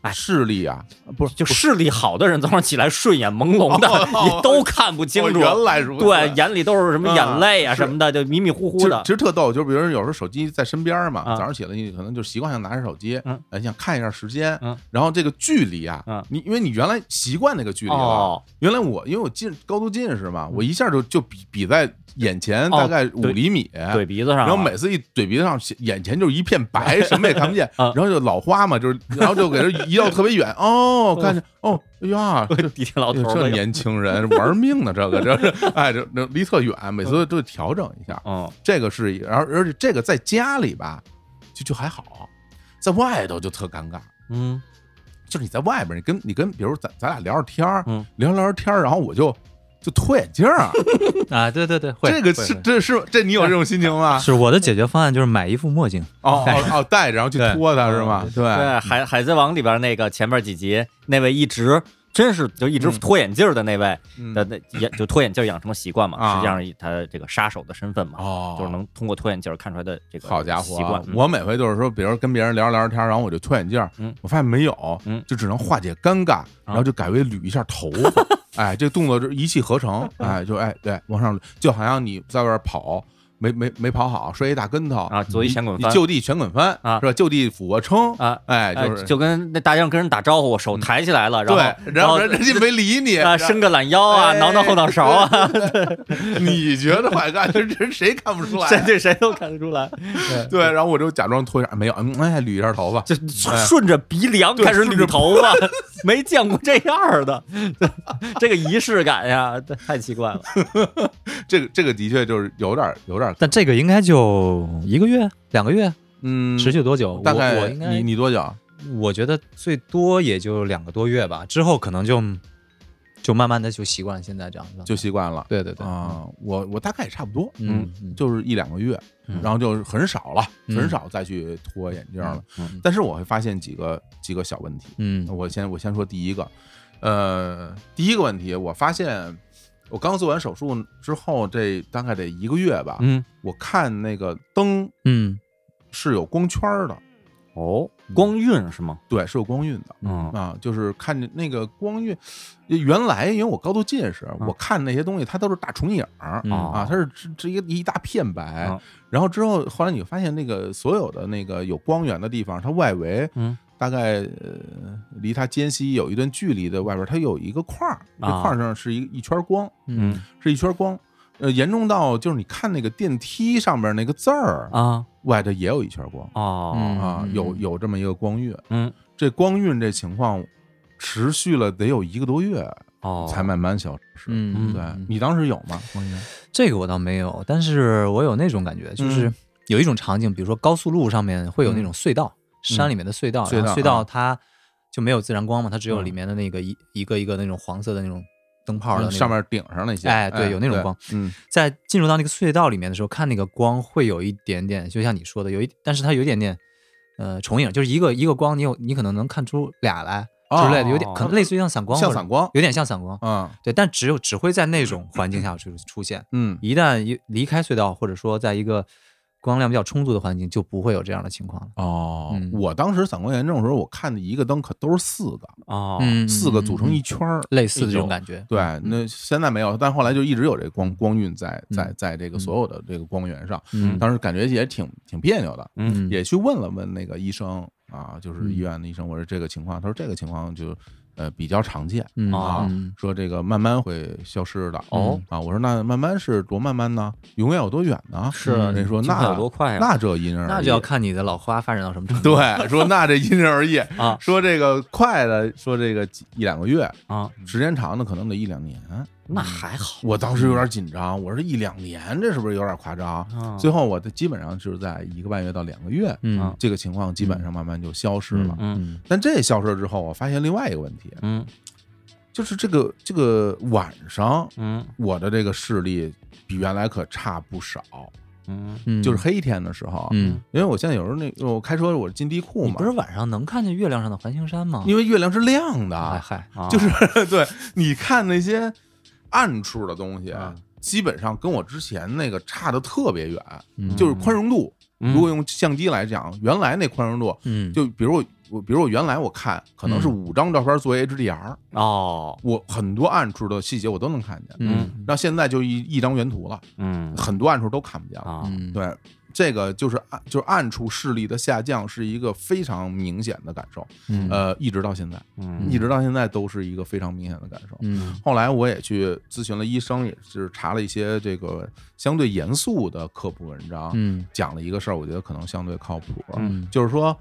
哎视力啊，不是就视力好的人，早上起来顺眼朦胧的，哦也都看不清哦楚。原来如此，对，眼里都是什么眼泪啊嗯是什么的，就迷迷糊其糊实的其。实特逗，就比如说有时候手机在身边儿嘛，啊早上起来你可能就习惯性拿着手机，嗯哎，你想看一下时间，嗯然后这个距离啊，嗯你因为你原来习惯那个距离了，哦嗯原来我因为我近高度近视嘛，我一下就就比比在眼前哦大概五对厘米，怼鼻子上了，啊然后每次一怼鼻子上，眼前就是一片白，什么也看不见。 啊然后就老花嘛，就是然后就给人移到特别 远。哦，看见哦，哎呀，这地铁老头儿这都有，年轻人玩命呢，这个这是哎，这这离特远，每次都调整一下。嗯，这个是一，然后而且这个在家里吧，就就还好，在外头就特尴尬。嗯，就是你在外边，你跟你跟，比如咱咱俩聊聊天儿嗯，聊聊天儿，然后我就就脱眼镜儿，啊，对对对，会这个会是啊会这是这你有这种心情吗？是我的解决方案，就是买一副墨镜。哦哦哦，戴着然后去对脱它是吗？对对，海海贼王里边那个前面几集那位一直真是就一直嗯脱眼镜儿的那位嗯的那眼就脱眼镜儿养成了习惯嘛，啊实际上以他这个杀手的身份嘛，哦，就是能通过脱眼镜儿看出来的这个好家伙习啊、惯。嗯我每回就是说，比如跟别人聊着聊着天儿，然后我就脱眼镜儿，嗯我发现没有，嗯就只能化解尴尬，然后就改为捋一 下头发，哎，这动作就一气呵成，嗯哎，就哎对，往上捋，就好像你在外边跑。没没没跑好，摔一大跟头啊做一你前滚你翻就地前滚翻啊是吧？就地俯卧撑啊哎哎，就是、嗯就跟那大家跟人打招呼，我手抬起来了，然后对，然后人人家没理你，啊伸个懒腰啊，哎挠挠后脑勺啊， 你觉得坏蛋，这这谁看不出 来？这这谁都看得出来，对，然后我就假装脱一下，没有，嗯，哎，捋一下头发，就顺着鼻梁对开始顺着捋头发，没见过这样儿的， 这个仪式感呀，太奇怪了。这个这个的确就是有点儿有点儿，但这个应该就一个月、两个月，嗯，持续多久？大我概我应该你你多久？我觉得最多也就两个多月吧，之后可能就就慢慢的就习惯现在这样子。就习惯了对对对，啊，我我大概也差不多，嗯嗯就是一两个月，嗯然后就是很少了，嗯很少再去脱眼镜了嗯嗯。但是我会发现几个几个小问题，嗯我先我先说第一个，呃，第一个问题，我发现我刚做完手术之后，这大概得一个月吧，嗯，我看那个灯嗯是有光圈儿的，哦，嗯光晕是吗？对，是有光晕的。嗯啊，就是看见那个光晕，原来因为我高度近视，嗯我看那些东西它都是大重影儿嗯哦啊，它是这这一个一大片白啊，然后之后后来你发现那个所有的那个有光源的地方，它外围嗯大概呃离它间隙有一段距离的外边，它有一个块儿，这啊块儿上是一一圈光，嗯是一圈光。呃，严重到就是你看那个电梯上面那个字儿啊外头也有一圈光哦嗯啊，有有这么一个光晕。嗯这光晕这情况持续了得有一个多月，哦，才慢慢消失。嗯，对嗯你当时有吗？光晕？这个我倒没有，但是我有那种感觉，就是嗯有一种场景，比如说高速路上面会有那种隧道，山里面的隧道，嗯隧然后道隧道啊它就没有自然光嘛，它只有嗯里面的那个一一个一个那种黄色的那种灯泡的那嗯种上面顶上那些，哎对有那种光。对嗯在进入到那个隧道里面的时候，看那个光会有一点点，就像你说的，有一，但是它有一点点，呃，重影，就是一个一个光，你有你可能能看出俩来哦之类的，有点哦可能类似于像散光，像散，光，有点像散光，嗯对，但只有只会在那种环境下出出现，嗯一旦一离开隧道，或者说在一个光亮比较充足的环境，就不会有这样的情况了。哦嗯我当时散光严重的时候，我看的一个灯可都是四个，哦嗯，四个组成一圈儿。类似的这种感觉，对，那现在没有，但后来就一直有这光光晕在在嗯在这个所有的这个光源上，嗯当时感觉也挺挺别扭的，嗯也去问了问那个医生啊，就是医院的医生，我说这个情况，他说这个情况就呃比较常见嗯啊，嗯说这个慢慢会消失的哦啊，我说那慢慢是多慢慢呢？永远有多远呢？是啊人说进化有那多快呀？啊那这因人而异，那就要看你的老花发展到什么 程度。对，说那这因人而异 啊说这个快的，说这个几一两个月，啊，时间长的可能得一两年。那还好我当时有点紧张，我说一两年，这是不是有点夸张？啊最后我的基本上就是在一个半月到两个月，嗯啊这个情况基本上慢慢就消失了。嗯嗯但这消失之后，我发现另外一个问题，嗯就是这个这个晚上嗯我的这个视力比原来可差不少，嗯，嗯，就是黑天的时候，嗯，因为我现在有时候那我开车我进地库你嘛不，是晚上能看见月亮上的环形山吗？因为月亮是亮哎的，嗨，啊就是 对，你看那些暗处的东西嗯啊，基本上跟我之前那个差的特别远，嗯就是宽容度嗯如果用相机来讲，原来那宽容度，嗯，就比如我我比如我原来我看可能是五张照片作为 HDR，哦，我很多暗处的细节我都能看见，嗯那现在就一一张原图了，嗯很多暗处都看不见了。啊，嗯，对，这个就是暗就是暗处视力的下降是一个非常明显的感受，嗯呃，一直到现在，嗯一直到现在都是一个非常明显的感受。嗯后来我也去咨询了医生，也是查了一些这个相对严肃的科普文章，嗯讲了一个事儿，我觉得可能相对靠谱，嗯就是说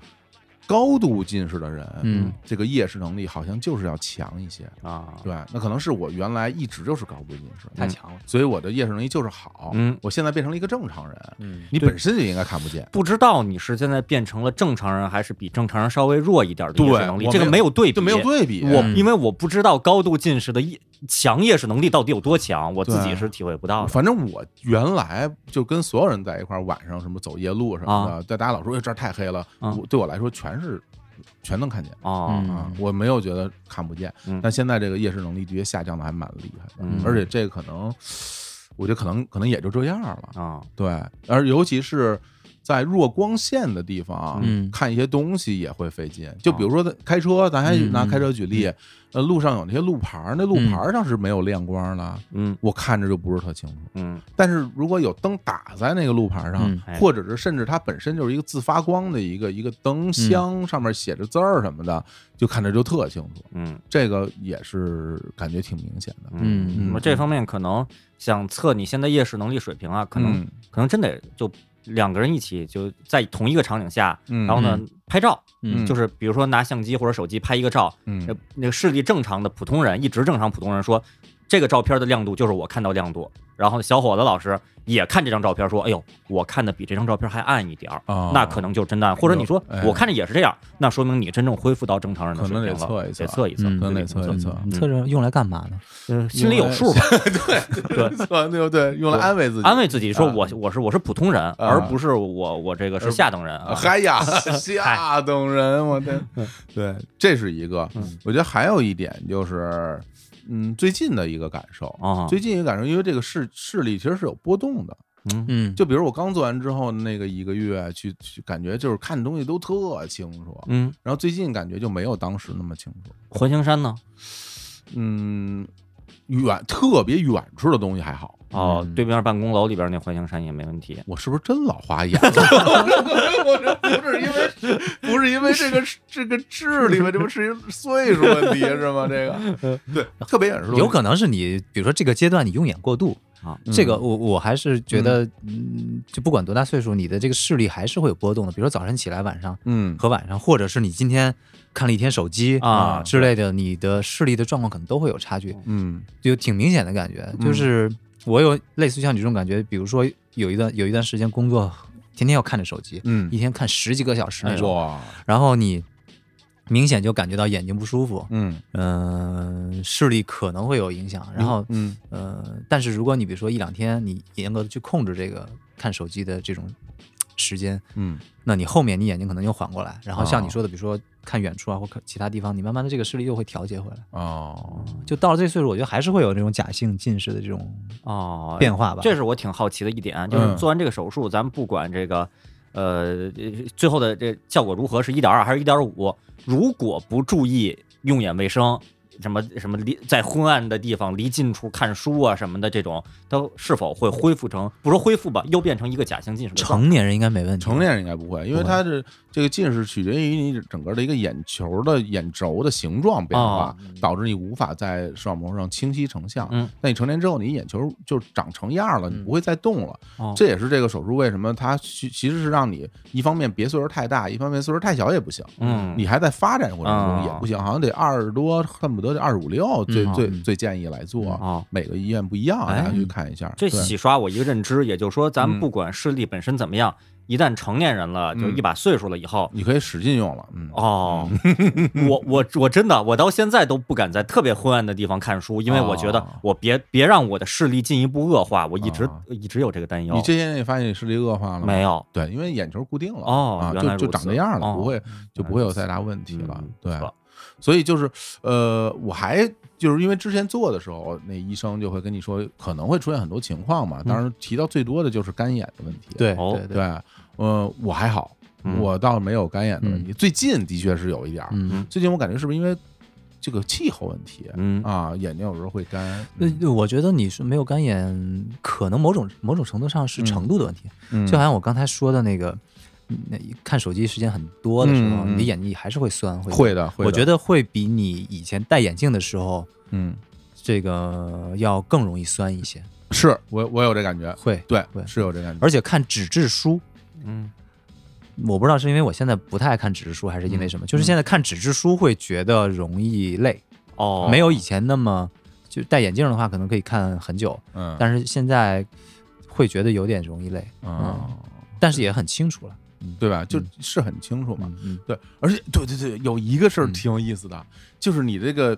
高度近视的人，嗯这个夜视能力好像就是要强一些。啊，对，那可能是我原来一直就是高度近视，太强了，所以我的夜视能力就是好。嗯我现在变成了一个正常人，嗯你本身就应该看不见。不知道你是现在变成了正常人，还是比正常人稍微弱一点的对夜视能力，我这个没没有对比，就没有对比，我嗯因为我不知道高度近视的夜强夜视能力到底有多强，我自对己是体会不到的。反正我原来就跟所有人在一块儿，晚上什么走夜路什么的，但大家老说哎这儿太黑了，啊我对我来说全是全能看见哦，嗯啊，我没有觉得看不见。嗯但现在这个夜视能力的确下降的还蛮厉害的，嗯而且这个可能，我觉得可能可能也就这样了。啊，对，而尤其是在弱光线的地方，嗯哦看一些东西也会费劲。就比如说开车，咱还嗯拿开车举例，呃，路上有那些路牌儿，那路牌儿上是没有亮光的，嗯我看着就不是特清楚。嗯但是如果有灯打在那个路牌上，嗯哎或者是甚至它本身就是一个自发光的一个一个嗯灯箱，上面写着字儿什么的，就看着就特清楚。嗯这个也是感觉挺明显的。嗯，那么嗯这方面可能想测你现在夜视能力水平啊，可能嗯可能真得就两个人一起就在同一个场景下，嗯，然后呢拍照，嗯就是比如说拿相机或者手机拍一个照，嗯那那个视力正常的普通人，一直正常普通人说，这个照片的亮度就是我看到亮度。然后小伙子老师也看这张照片说，哎呦，我看的比这张照片还暗一点儿，哦那可能就是真的暗。或者你说哎我看着也是这样，那说明你真正恢复到正常人的水平了，可能得测一测得测 一测，嗯可能得测一测测着用来干嘛呢？嗯心里有数吧，对对对对，用来安慰自己，安慰自己说啊我我是我是普通人，而不是我我这个是下等人啊。嗨哎 呀，吓等人，我的， 对，这是一个。我觉得还有一点就是，嗯，最近的一个感受啊最近一个感受，因为这个视视力其实是有波动的。嗯嗯，就比如我刚做完之后那个一个月去去，感觉就是看东西都特清楚，嗯，然后最近感觉就没有当时那么清楚。环形山呢？嗯，远特别远处的东西还好。哦嗯，对面办公楼里边那环形山也没问题。我是不是真老花 眼了？我这不是因为不是因为这个这个智力吧？这不是因为岁数问题是吗？这个对，特别眼熟，有可能是你，比如说这个阶段你用眼过度啊这个我我还是觉得，嗯，就不管多大岁数，你的这个视力还是会有波动的。比如说早晨起来、晚上嗯和晚上，或者是你今天看了一天手机啊之类的，你的视力的状况可能都会有差距，嗯就挺明显的感觉。就是我有类似于像你这种感觉，比如说有一段有一段时间工作，天天要看着手机，嗯哎一，天看十几个小时那种，哇，然后你明显就感觉到眼睛不舒服，嗯，嗯、视力可能会有影响。然后，嗯呃，但是如果你比如说一两天，你严格的去控制这个看手机的这种时间，嗯那你后面你眼睛可能又缓过来。然后像哦你说的，比如说看远处啊，或看其他地方，你慢慢的这个视力又会调节回来。哦，就到了这个岁数，我觉得还是会有这种假性近视的这种哦，哎变化吧。这是我挺好奇的一点，啊就是嗯做完这个手术，咱们不管这个，呃，最后的这效果如何，是一点二还是一点五？如果不注意用眼卫生，什么什么离在昏暗的地方离近处看书啊什么的，这种都是否会恢复成不说恢复吧，又变成一个假性近视的状态？成年人应该没问题。成年人应该不会，因为它是这个近视取决于你整个的一个眼球的眼轴的形状变化哦，导致你无法在视网膜上清晰成像。嗯，那你成年之后，你眼球就长成样了，你嗯不会再动了。哦这也是这个手术为什么它其其实是让你一方面别岁数太大，一方面岁数太小也不行。嗯你还在发展过程中哦也不行，好像得二十多，恨不得得二十五六，最嗯最嗯最建议来做。哦。每个医院不一样，大哎家去看一下。这对洗刷我一个认知，也就是说，咱嗯们不管视力本身怎么样，一旦成年人了，就嗯一把岁数了以后，你可以使劲用了，嗯，哦， 我我我真的，我到现在都不敢在特别昏暗的地方看书，因为我觉得哦我别别让我的视力进一步恶化，我一直、哦一直有这个担忧。你这些年也发现你视力恶化了吗？没有对，因为眼球固定了哦啊，原来就就如长此这样了，哦不会原就来不会有如此太大问题了嗯。对是吧，所以就是呃，我还就是因为之前做的时候，那医生就会跟你说可能会出现很多情况嘛，当然提到最多的就是干眼的问题。嗯对哦对对，对，呃，我还好，嗯我倒是没有干眼的问题，最近的确是有一点儿，嗯，最近我感觉是不是因为这个气候问题？嗯啊，眼睛有时候会干，那我觉得你是没有干眼，可能某种某种程度上是程度的问题，嗯就好像我刚才说的那个，那看手机时间很多的时候，嗯嗯你的眼睛还是会酸，嗯会。会的，会的我觉，得会比你以前戴眼镜的时候，嗯，这个要更容易酸一些。是我我有这感觉，会，对，会是有这感觉，而且看纸质书，嗯我不知道是因为我现在不太爱看纸质书，还是因为什嗯么，就是现在看纸质书会觉得容易累，哦，没有以前那么就戴眼镜的话，可能可以看很久，嗯，但是嗯现在会觉得有点容易累，啊，但是也很清楚了。对吧？就是很清楚嘛，嗯嗯，对，而且对对对，有一个事儿嗯挺有意思的，就是你这个。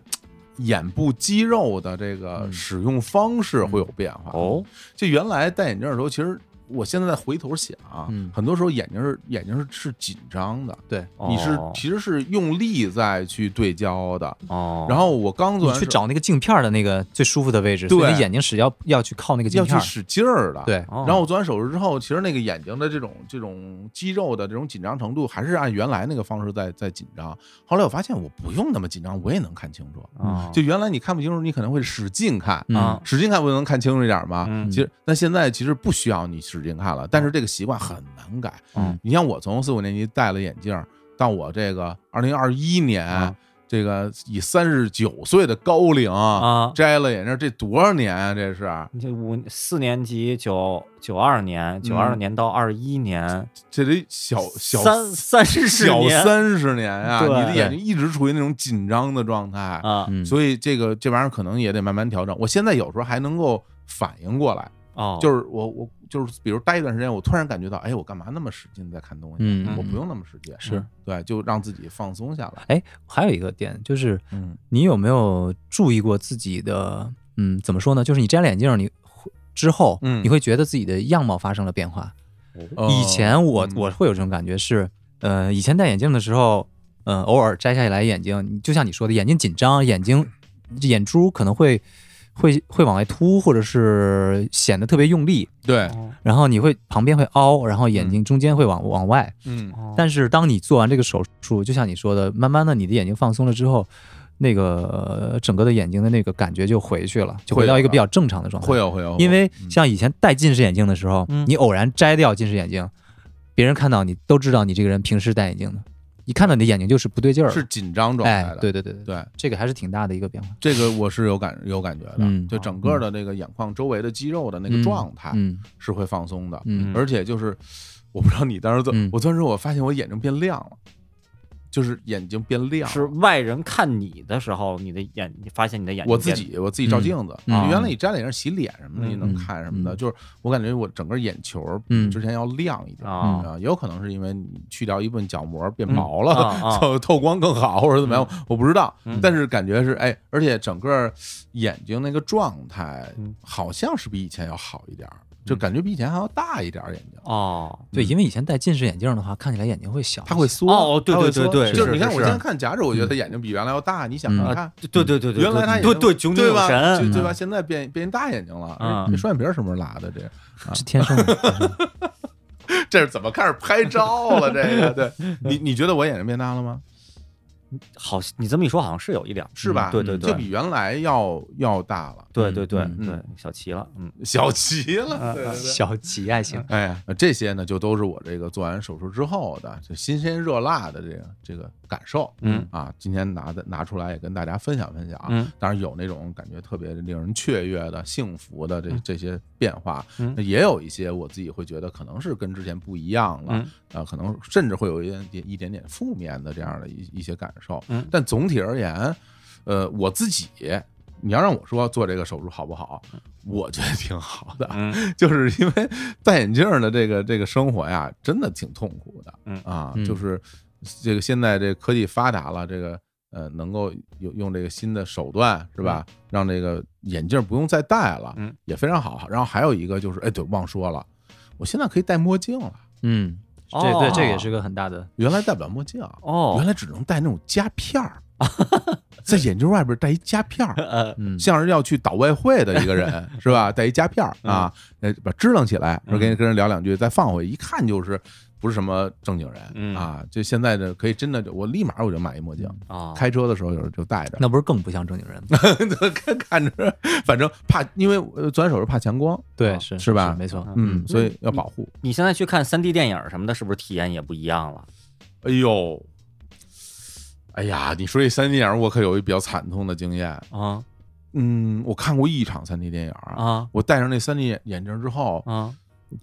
眼部肌肉的这个嗯使用方式会有变化哦，就原来戴眼镜的时候，其实我现在回头想啊，嗯很多时候眼睛是眼睛是是紧张的，对。你是哦其实是用力在去对焦的。哦，然后我刚做你完去手找那个镜片儿的那个最舒服的位置，对所以你眼睛使要要去靠那个镜要片去儿。使劲儿的，。对，哦然后我做完手术之后，其实那个眼睛的这种这种肌肉的这种紧张程度，还是按原来那个方式在在紧张。后来我发现我不用那么紧张，我也能看清楚。哦就原来你看不清楚，你可能会使劲看，嗯啊使劲看不就能看清楚一点吗？嗯其实，但现在其实不需要你使劲看了，但是这个习惯很难改。嗯你像我从四五年级戴了眼镜儿，到我这个二零二一年，啊这个以三十九岁的高龄啊，摘了眼镜儿，这多少年啊？这是这五四年级九九二年，九二年到二一年，这得小嗯小三三十小年三十年啊！对你的眼睛一直处于那种紧张的状态，啊嗯，所以这个这玩意儿可能也得慢慢调整。我现在有时候还能够反应过来。哦，就是我我就是比如待一段时间，我突然感觉到，哎，我干嘛那么使劲在看东西？嗯我不嗯用那么使劲，是对，就让自己放松下来。哎，还有一个点就是，嗯你有没有注意过自己的，嗯，怎么说呢？就是你摘了眼镜儿，你会之后，嗯你会觉得自己的样貌发生了变化。哦以前我嗯我会有这种感觉是，呃，以前戴眼镜的时候，呃，偶尔摘下来眼镜，你就像你说的，眼睛紧张，眼睛眼珠可能会会会往外凸，或者是显得特别用力，对，哦，然后你会旁边会凹，然后眼睛中间会往往外。嗯哦但是当你做完这个手术，就像你说的，慢慢的你的眼睛放松了之后，那个呃整个的眼睛的那个感觉就回去了，就会回到有一个的比较正常的状态。会有会有，因为嗯像以前戴近视眼镜的时候，嗯你偶然摘掉近视眼镜，别人看到你都知道你这个人平时戴眼镜的，一看到你的眼睛就是不对劲儿，是紧张状态哎的，，对对对对，对。这个还是挺大的一个变化。这个我是有感有感觉的，嗯就整个的那个眼眶周围的肌肉的那个嗯状态嗯是会放松的，嗯而且就是我不知道你当时怎么，嗯我当时我发现我眼睛变亮了，就是眼睛变亮了，是外人看你的时候，你的眼，你发现你的眼睛我自变己我自己照镜子，嗯原来你摘了眼镜洗脸什么的，啊嗯你能看什么的，嗯就是我感觉我整个眼球嗯之前要亮一点啊啊，也有可能是因为你去掉一部分角膜变嗯薄了， 啊啊透透光更好或者怎么样，我不知道嗯，但是感觉是哎，而且整个眼睛那个状态嗯好像是比以前要好一点儿，就感觉比以前还要大一点儿眼睛。哦，对，因为以前戴近视眼镜的话，看起来眼睛会小一嗯些，它会缩哦对它会对对缩对就是是你看是我是现在看假肢，我觉得眼睛比原来要大。你想嗯你啊看，对对对对，原来他对对炯炯对有吧？神，就对吧？现在变变大眼睛了，哎嗯这双眼皮儿什么时候拉的？这是天生的。 这是怎么开始拍照了？这个，对你你觉得我眼睛变大了吗？好，你这么一说，好像是有一点儿，是吧？嗯对对就对，比原来要要大了，对对对嗯嗯对，小齐了，嗯，小齐了。啊对对对小啊极爱情，哎呀，这些呢，就都是我这个做完手术之后的这新鲜热辣的这个这个感受，嗯啊，今天拿的拿出来也跟大家分享分享啊。嗯当然有那种感觉特别令人雀跃的、幸福的这这些变化，嗯那也有一些我自己会觉得可能是跟之前不一样了，嗯啊，可能甚至会有一点点一点点负面的这样的一一些感受。嗯但总体而言，呃，我自己，你要让我说做这个手术好不好，我觉得挺好的，嗯就是 因为戴眼镜的这个这个生活呀，真的挺痛苦的，嗯啊，嗯就是这个现在这科技发达了，这个呃能够有用这个新的手段是吧，让这个眼镜不用再戴了，嗯也非常好。然后还有一个就是，哎，对，忘说了，我现在可以戴墨镜了，嗯，这哦对这也是个很大的，原来戴不了墨镜，哦原来只能戴那种夹片儿。在眼镜外边带一夹片儿，呃，嗯，像是要去倒外汇的一个 人是吧？带一夹片儿啊，呃，把支棱起来，然后跟跟人聊两句，再放回，一看就是不是什么正经人嗯啊。就现在的可以真的就，我立马我就买一墨镜，啊，开车的时候有时候就戴着， 那不是更不像正经人吗？看看着，反正怕，因为呃左手是怕强光，对，啊哦是是吧没错，嗯，嗯所以要保护。你现在去看三 D 电影什么的，是不是体验也不一样了？哎呦，哎呀，你说这三 D 电影，我可有一比较惨痛的经验。啊嗯，我看过一场三 D 电影，啊我戴上那三 D 眼眼镜之后，啊！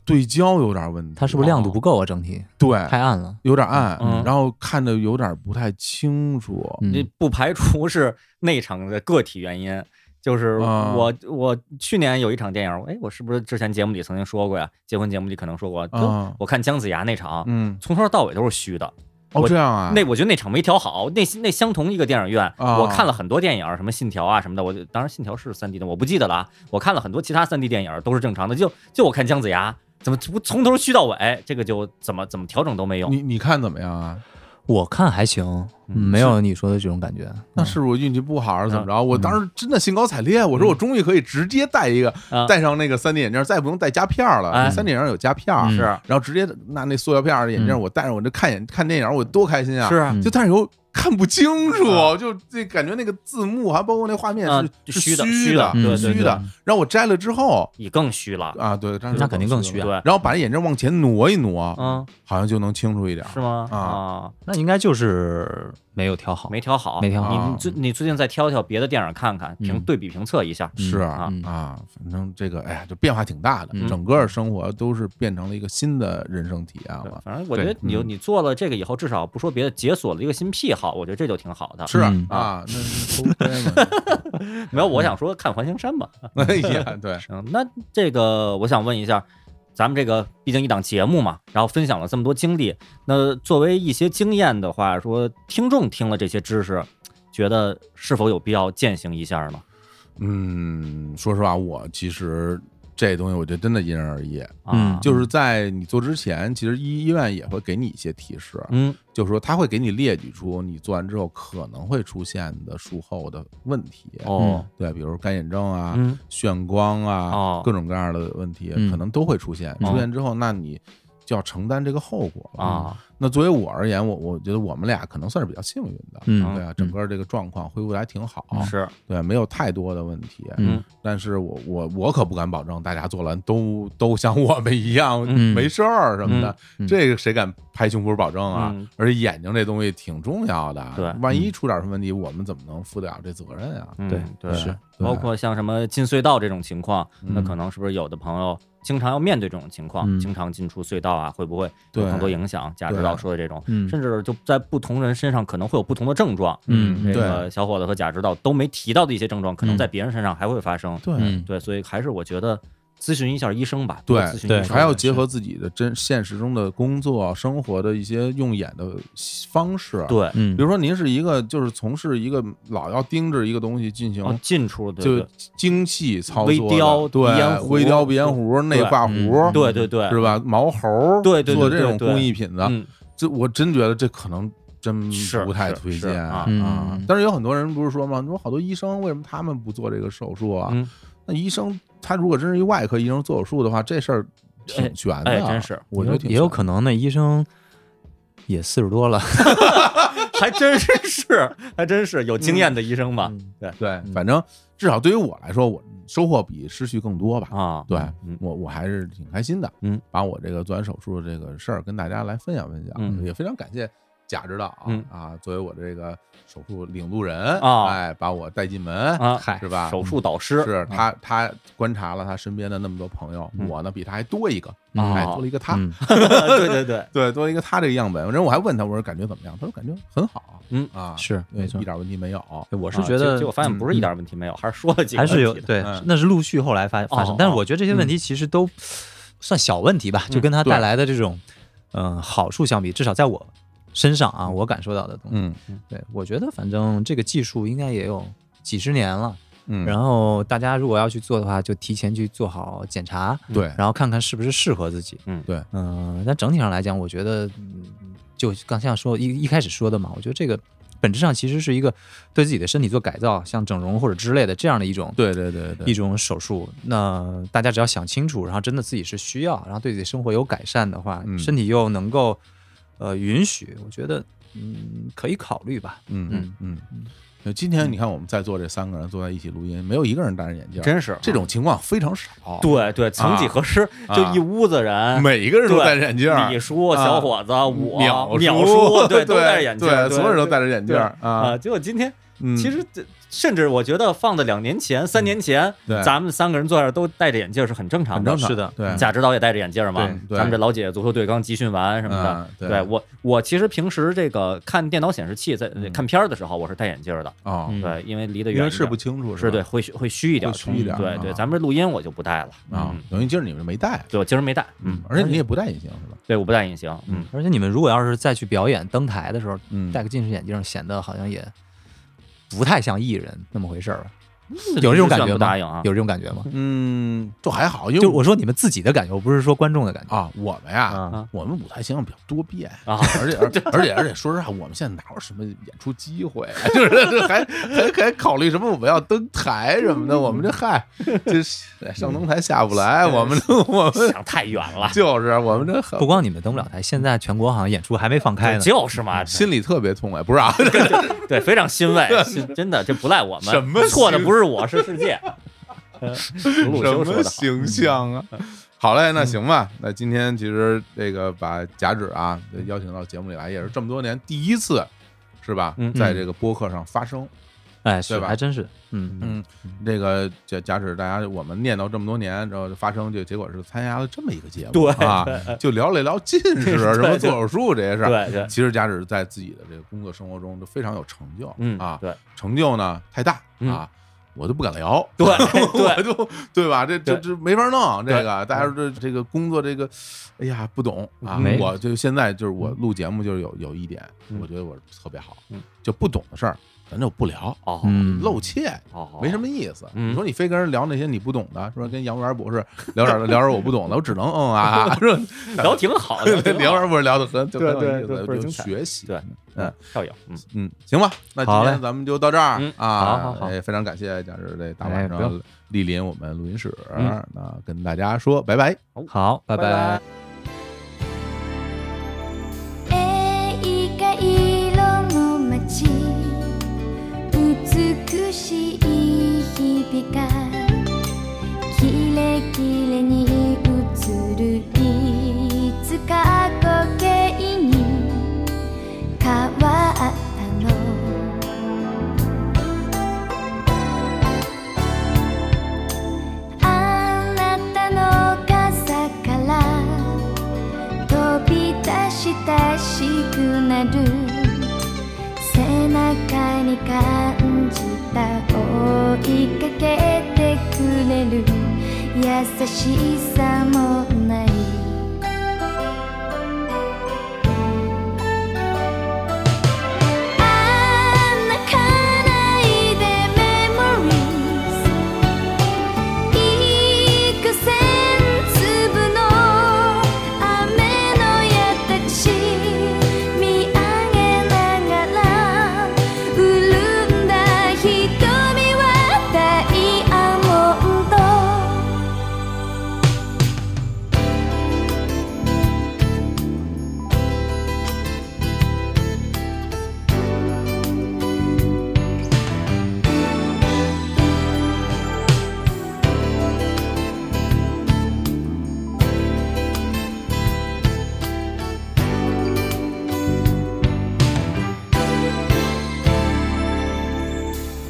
对焦有点问题，嗯它是不是亮度不够啊？整体对，哎太暗了。有点暗，嗯然后看着有点不太清楚。这嗯，不排除 是内场的个体原因。就是啊我，我去年有一场电影，哎，我是不是之前节目里曾经说过呀？结婚节目里可能说过，就啊我看姜子牙那场，嗯，从头到尾都是虚的。哦，我这样啊，那我觉得那场没调好，那那相同一个电影院，啊我看了很多电影，什么《信条》啊什么的，我就当然《信条》是三 D 的，我不记得了啊。我看了很多其他三 D 电影都是正常的，就就我看姜子牙怎么从从头虚到尾，这个就怎么怎么调整都没用。你你看怎么样啊？我看还行，嗯没有你说的这种感觉。那是我运气不好还是怎么着？我当时真的兴高采烈，我说我终于可以直接戴一个啊，戴上那个三 D 眼镜，再也不用戴夹片了。哎三 D 眼镜有夹片儿，嗯是然后直接拿那塑料片儿的眼镜，嗯我戴上我这看眼看电影，我多开心啊！是啊嗯就但是又看不清楚，啊就这感觉那个字幕还包括那画面啊是是虚的虚虚的对虚对的。然后我摘了之后你更虚了，啊，对，摘了之后那肯定更虚啊了对，然后把眼镜往前挪一挪，嗯，好像就能清楚一点。是吗？啊啊，那应该就是没有调好，没调好，没调你啊你最你最近再挑挑别的电影看看，评嗯对比评测一下。是啊嗯啊，反正这个哎呀，就变化挺大的，嗯整个生活都是变成了一个新的人生体验对了。反正我觉得对嗯你就你做了这个以后，至少不说别的，解锁了一个新癖好，我觉得这就挺好的。是嗯啊，那偷窥嘛，没有，我想说看环形山吧。哎呀，对，行，嗯那这个我想问一下，咱们这个毕竟一档节目嘛，然后分享了这么多经历，那作为一些经验的话，说听众听了这些知识，觉得是否有必要践行一下呢？嗯，说实话，我其实这东西我觉得真的因人而异，啊，嗯就是在你做之前，其实医医院也会给你一些提示，嗯就是说他会给你列举出你做完之后可能会出现的术后的问题。哦对，比如干眼症啊，嗯眩光啊，哦各种各样的问题、嗯可能都会出现。哦出现之后，那你就要承担这个后果了。哦嗯啊那作为我而言，我我觉得我们俩可能算是比较幸运的， 嗯对啊，整个这个状况恢复的还挺嗯好，是对，没有太多的问题。嗯但是我我我可不敢保证大家做完都都像我们一样、嗯没事儿什么的，嗯嗯这个谁敢拍胸脯保证啊？嗯而且眼睛这东西挺重要的，对万嗯一出点什么问题，我们怎么能负得了这责任啊？嗯对对是对包括像什么进隧道这种情况，那嗯可能是不是有的朋友经常要面对这种情况，嗯经常进出隧道啊，会不会有对更多影响？贾指导说的这种，嗯甚至就在不同人身上可能会有不同的症状。嗯这对个小伙子和贾指导都没提到的一些症状，可能嗯在别人身上还会发生。对。嗯对，所以还是我觉得咨询一下医生吧，对多咨询对医生还要结合自己的真现实中的工作、啊生活的一些用眼的方式。，啊对嗯，比如说您是一个就是从事一个老要盯着一个东西进行哦进出对就对精细操微作雕的，对鼻烟，壶微雕鼻烟壶、内挂壶，嗯对对对，是吧？毛猴儿对对对做这种对对工艺品的，嗯这我真觉得这可能真是不太是推是荐啊嗯但是有很多人不是说吗？你说好多医生为什么他们不做这个手术啊？嗯那医生他如果真是一外科医生做手术的话，这事儿挺悬的，啊哎真是，我觉得挺也有悬可能那医生也四十多了，还真是是，还真是有经验的医生啊吧？的嗯对，反正至少对于我来说，我收获比失去更多吧。啊，对嗯我我还是挺开心的，嗯，把我这个做完手术的这个事儿跟大家来分享分享，嗯也非常感谢贾指导啊、嗯啊，作为我这个手术领路人啊哎，把我带进门 啊，嗨是吧？手术导师啊是 他，他观察了他身边的那么多朋友，嗯我呢比他还多一个，嗯哎，多了一个他，嗯对对对，对，多了一个他这个样本。然后我还问他，我说感觉怎么样？他说感觉很好，嗯啊，是对没错一点问题没有。我是啊觉结得嗯结果发现不是一点问题没有，还是说了几个还是有问题的对嗯，那是陆续后来发发哦生，但是哦嗯我觉得这些问题其实都算小问题吧，就跟它对带来的这种嗯好处相比，至少在我身上啊，我感受到的东西，嗯对我觉得反正这个技术应该也有几十年了，嗯，然后大家如果要去做的话，就提前去做好检查，对，然后看看是不是适合自己。哎嗯对，嗯、但整体上来讲，我觉得，嗯，就刚像说一一开始说的嘛，我觉得这个本质上其实是一个对自己的身体做改造，像整容或者之类的这样的一种对对对一对，种手术。那大家只要想清楚，然后真的自己是需要，然后对自己生活有改善的话，嗯身体又能够呃允许，我觉得嗯可以考虑吧。嗯嗯嗯。就今天你看我们在座这三个人坐在一起录音，没有一个人戴着眼镜，真是啊这种啊情况非常少。对对，曾几何时，就一屋子人，每一个人都对戴着眼镜儿，李叔、啊小伙子、我、鸟鸟叔， 对，都对，戴着眼镜，对，所有人都戴着着眼镜儿啊啊。。结果今天嗯其实这，甚至我觉得放在两年前、三年前对，咱们三个人坐这儿都戴着眼镜是很正常很的正。常，是的对，贾指导也戴着眼镜嘛对，对咱们这老姐姐足球队刚集训完什么的。嗯对对我，我其实平时这个看电脑显示器在呃嗯看片儿的时候，我是戴眼镜的。哦，嗯对，因为离得因远为一是点，不清楚，是吧对，会虚会虚一点儿，嗯会虚一点儿对啊对，咱们这录音我就不戴了啊嗯，等于今儿你们没戴，对，我今儿没戴，嗯，而且你也不戴隐形是吧？对，我不戴隐形，嗯，而且你们如果要是再去表演登台的时候，嗯，戴个近视眼镜，显得好像也不太像艺人那么回事儿了，这有这种是感选觉不吗？答应啊，有这种感觉吗？嗯，就还好，因为就我说你们自己的感觉，我不是说观众的感觉。啊，我们呀，啊，我们舞台形象比较多变啊，而且而而且而且说实话，我们现在哪有什么演出机会，啊 就是这还还还考虑什么我们要登台什么的，我们这嗨，这上登台下不来，我们 我们想太远了， 就是我们这很不光你们登不了台，现在全国好像演出还没放开呢。就是嘛， 心里特别痛快，不是啊？对，非常欣 慰，心真的，这不赖我们，什么错的心不是我，是世 界。嗯鲁什修说么的好，形象啊？好嘞，那行吧。那今天其实这个把贾指啊邀请到节目里来，也是这么多年第一次，是吧？嗯在这个播客上发声。哎，对是，吧还真是，嗯，嗯，这个贾贾指，大家我们念叨这么多年，然后发声，就结果是参加了这么一个节目，对啊，就聊了一聊近视、啊对什么做手术这些事儿。对 对，其实贾指在自己的这个工作生活中都非常有成就，嗯啊，对成就呢太大啊，我都不敢聊， 对我对就对吧？这这对这没法弄，这对嗯个大家说这这个工作这个，哎呀不懂啊没！我就现在就是我录节目就是有有一点，嗯我觉得我特别好嗯，就不懂的事儿咱就不聊，哦嗯，露怯。哦，没什么意思，嗯你说你非跟人聊那些你不懂的，说跟杨元博士聊点 聊点我不懂的，我只能嗯 啊啊，说聊挺好的，挺 聊好元博士聊的很就很有对意对思，对倍儿就精彩学习，对嗯嗯，校友，嗯，嗯，行吧，那今好嘞天咱们就到这儿嗯啊。好好好哎非常感谢贾师这大哎晚不用上莅临我们录音室，嗯那跟大家说拜拜。好，拜拜拜拜。映画色の街美しい日々がキレキレに映るいつか時計に変わったのあなたの傘から飛び出したシグナル背中に感じた追いかけてくれる優しさもないあんなかないでメモリーズ幾千粒の雨のやたし見上げながら潤んだ瞳はダイヤモンド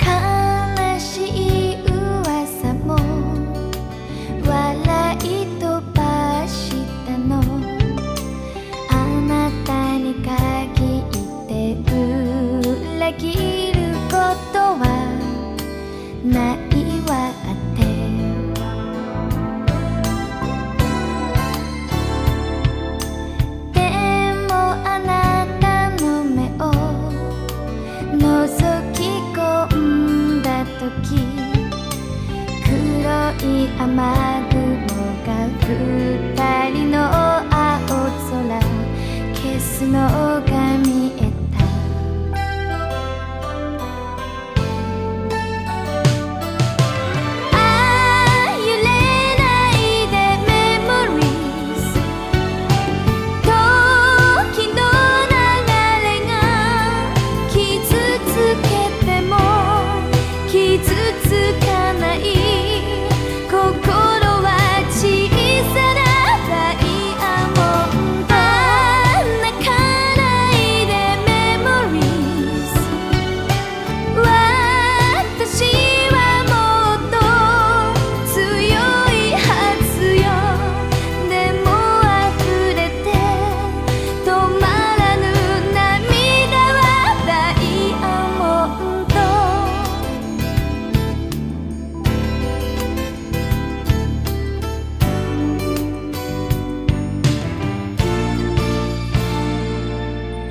悲しい噂も笑い飛ばしたのあなたに限って裏切ることはないわってでもあなたの目を覗き込んだ時黒い雨雲が二人の青空消すのが見えた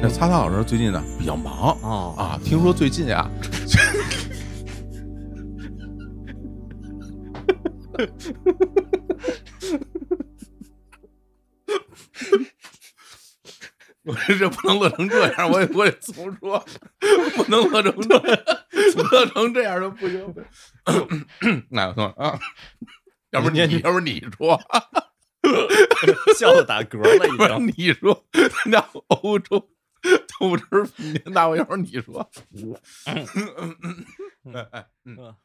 这擦擦老师最近呢比较忙哦啊，听说最近啊， 我这不能乐成这样，我也我得重说，不能乐成这样，乐成这样都不行。 那我说啊，要不你，要不你说， 笑打嗝了已 不然经。你说，人家欧洲豆汁儿粉年大会，要不你说，哎哎，嗯嗯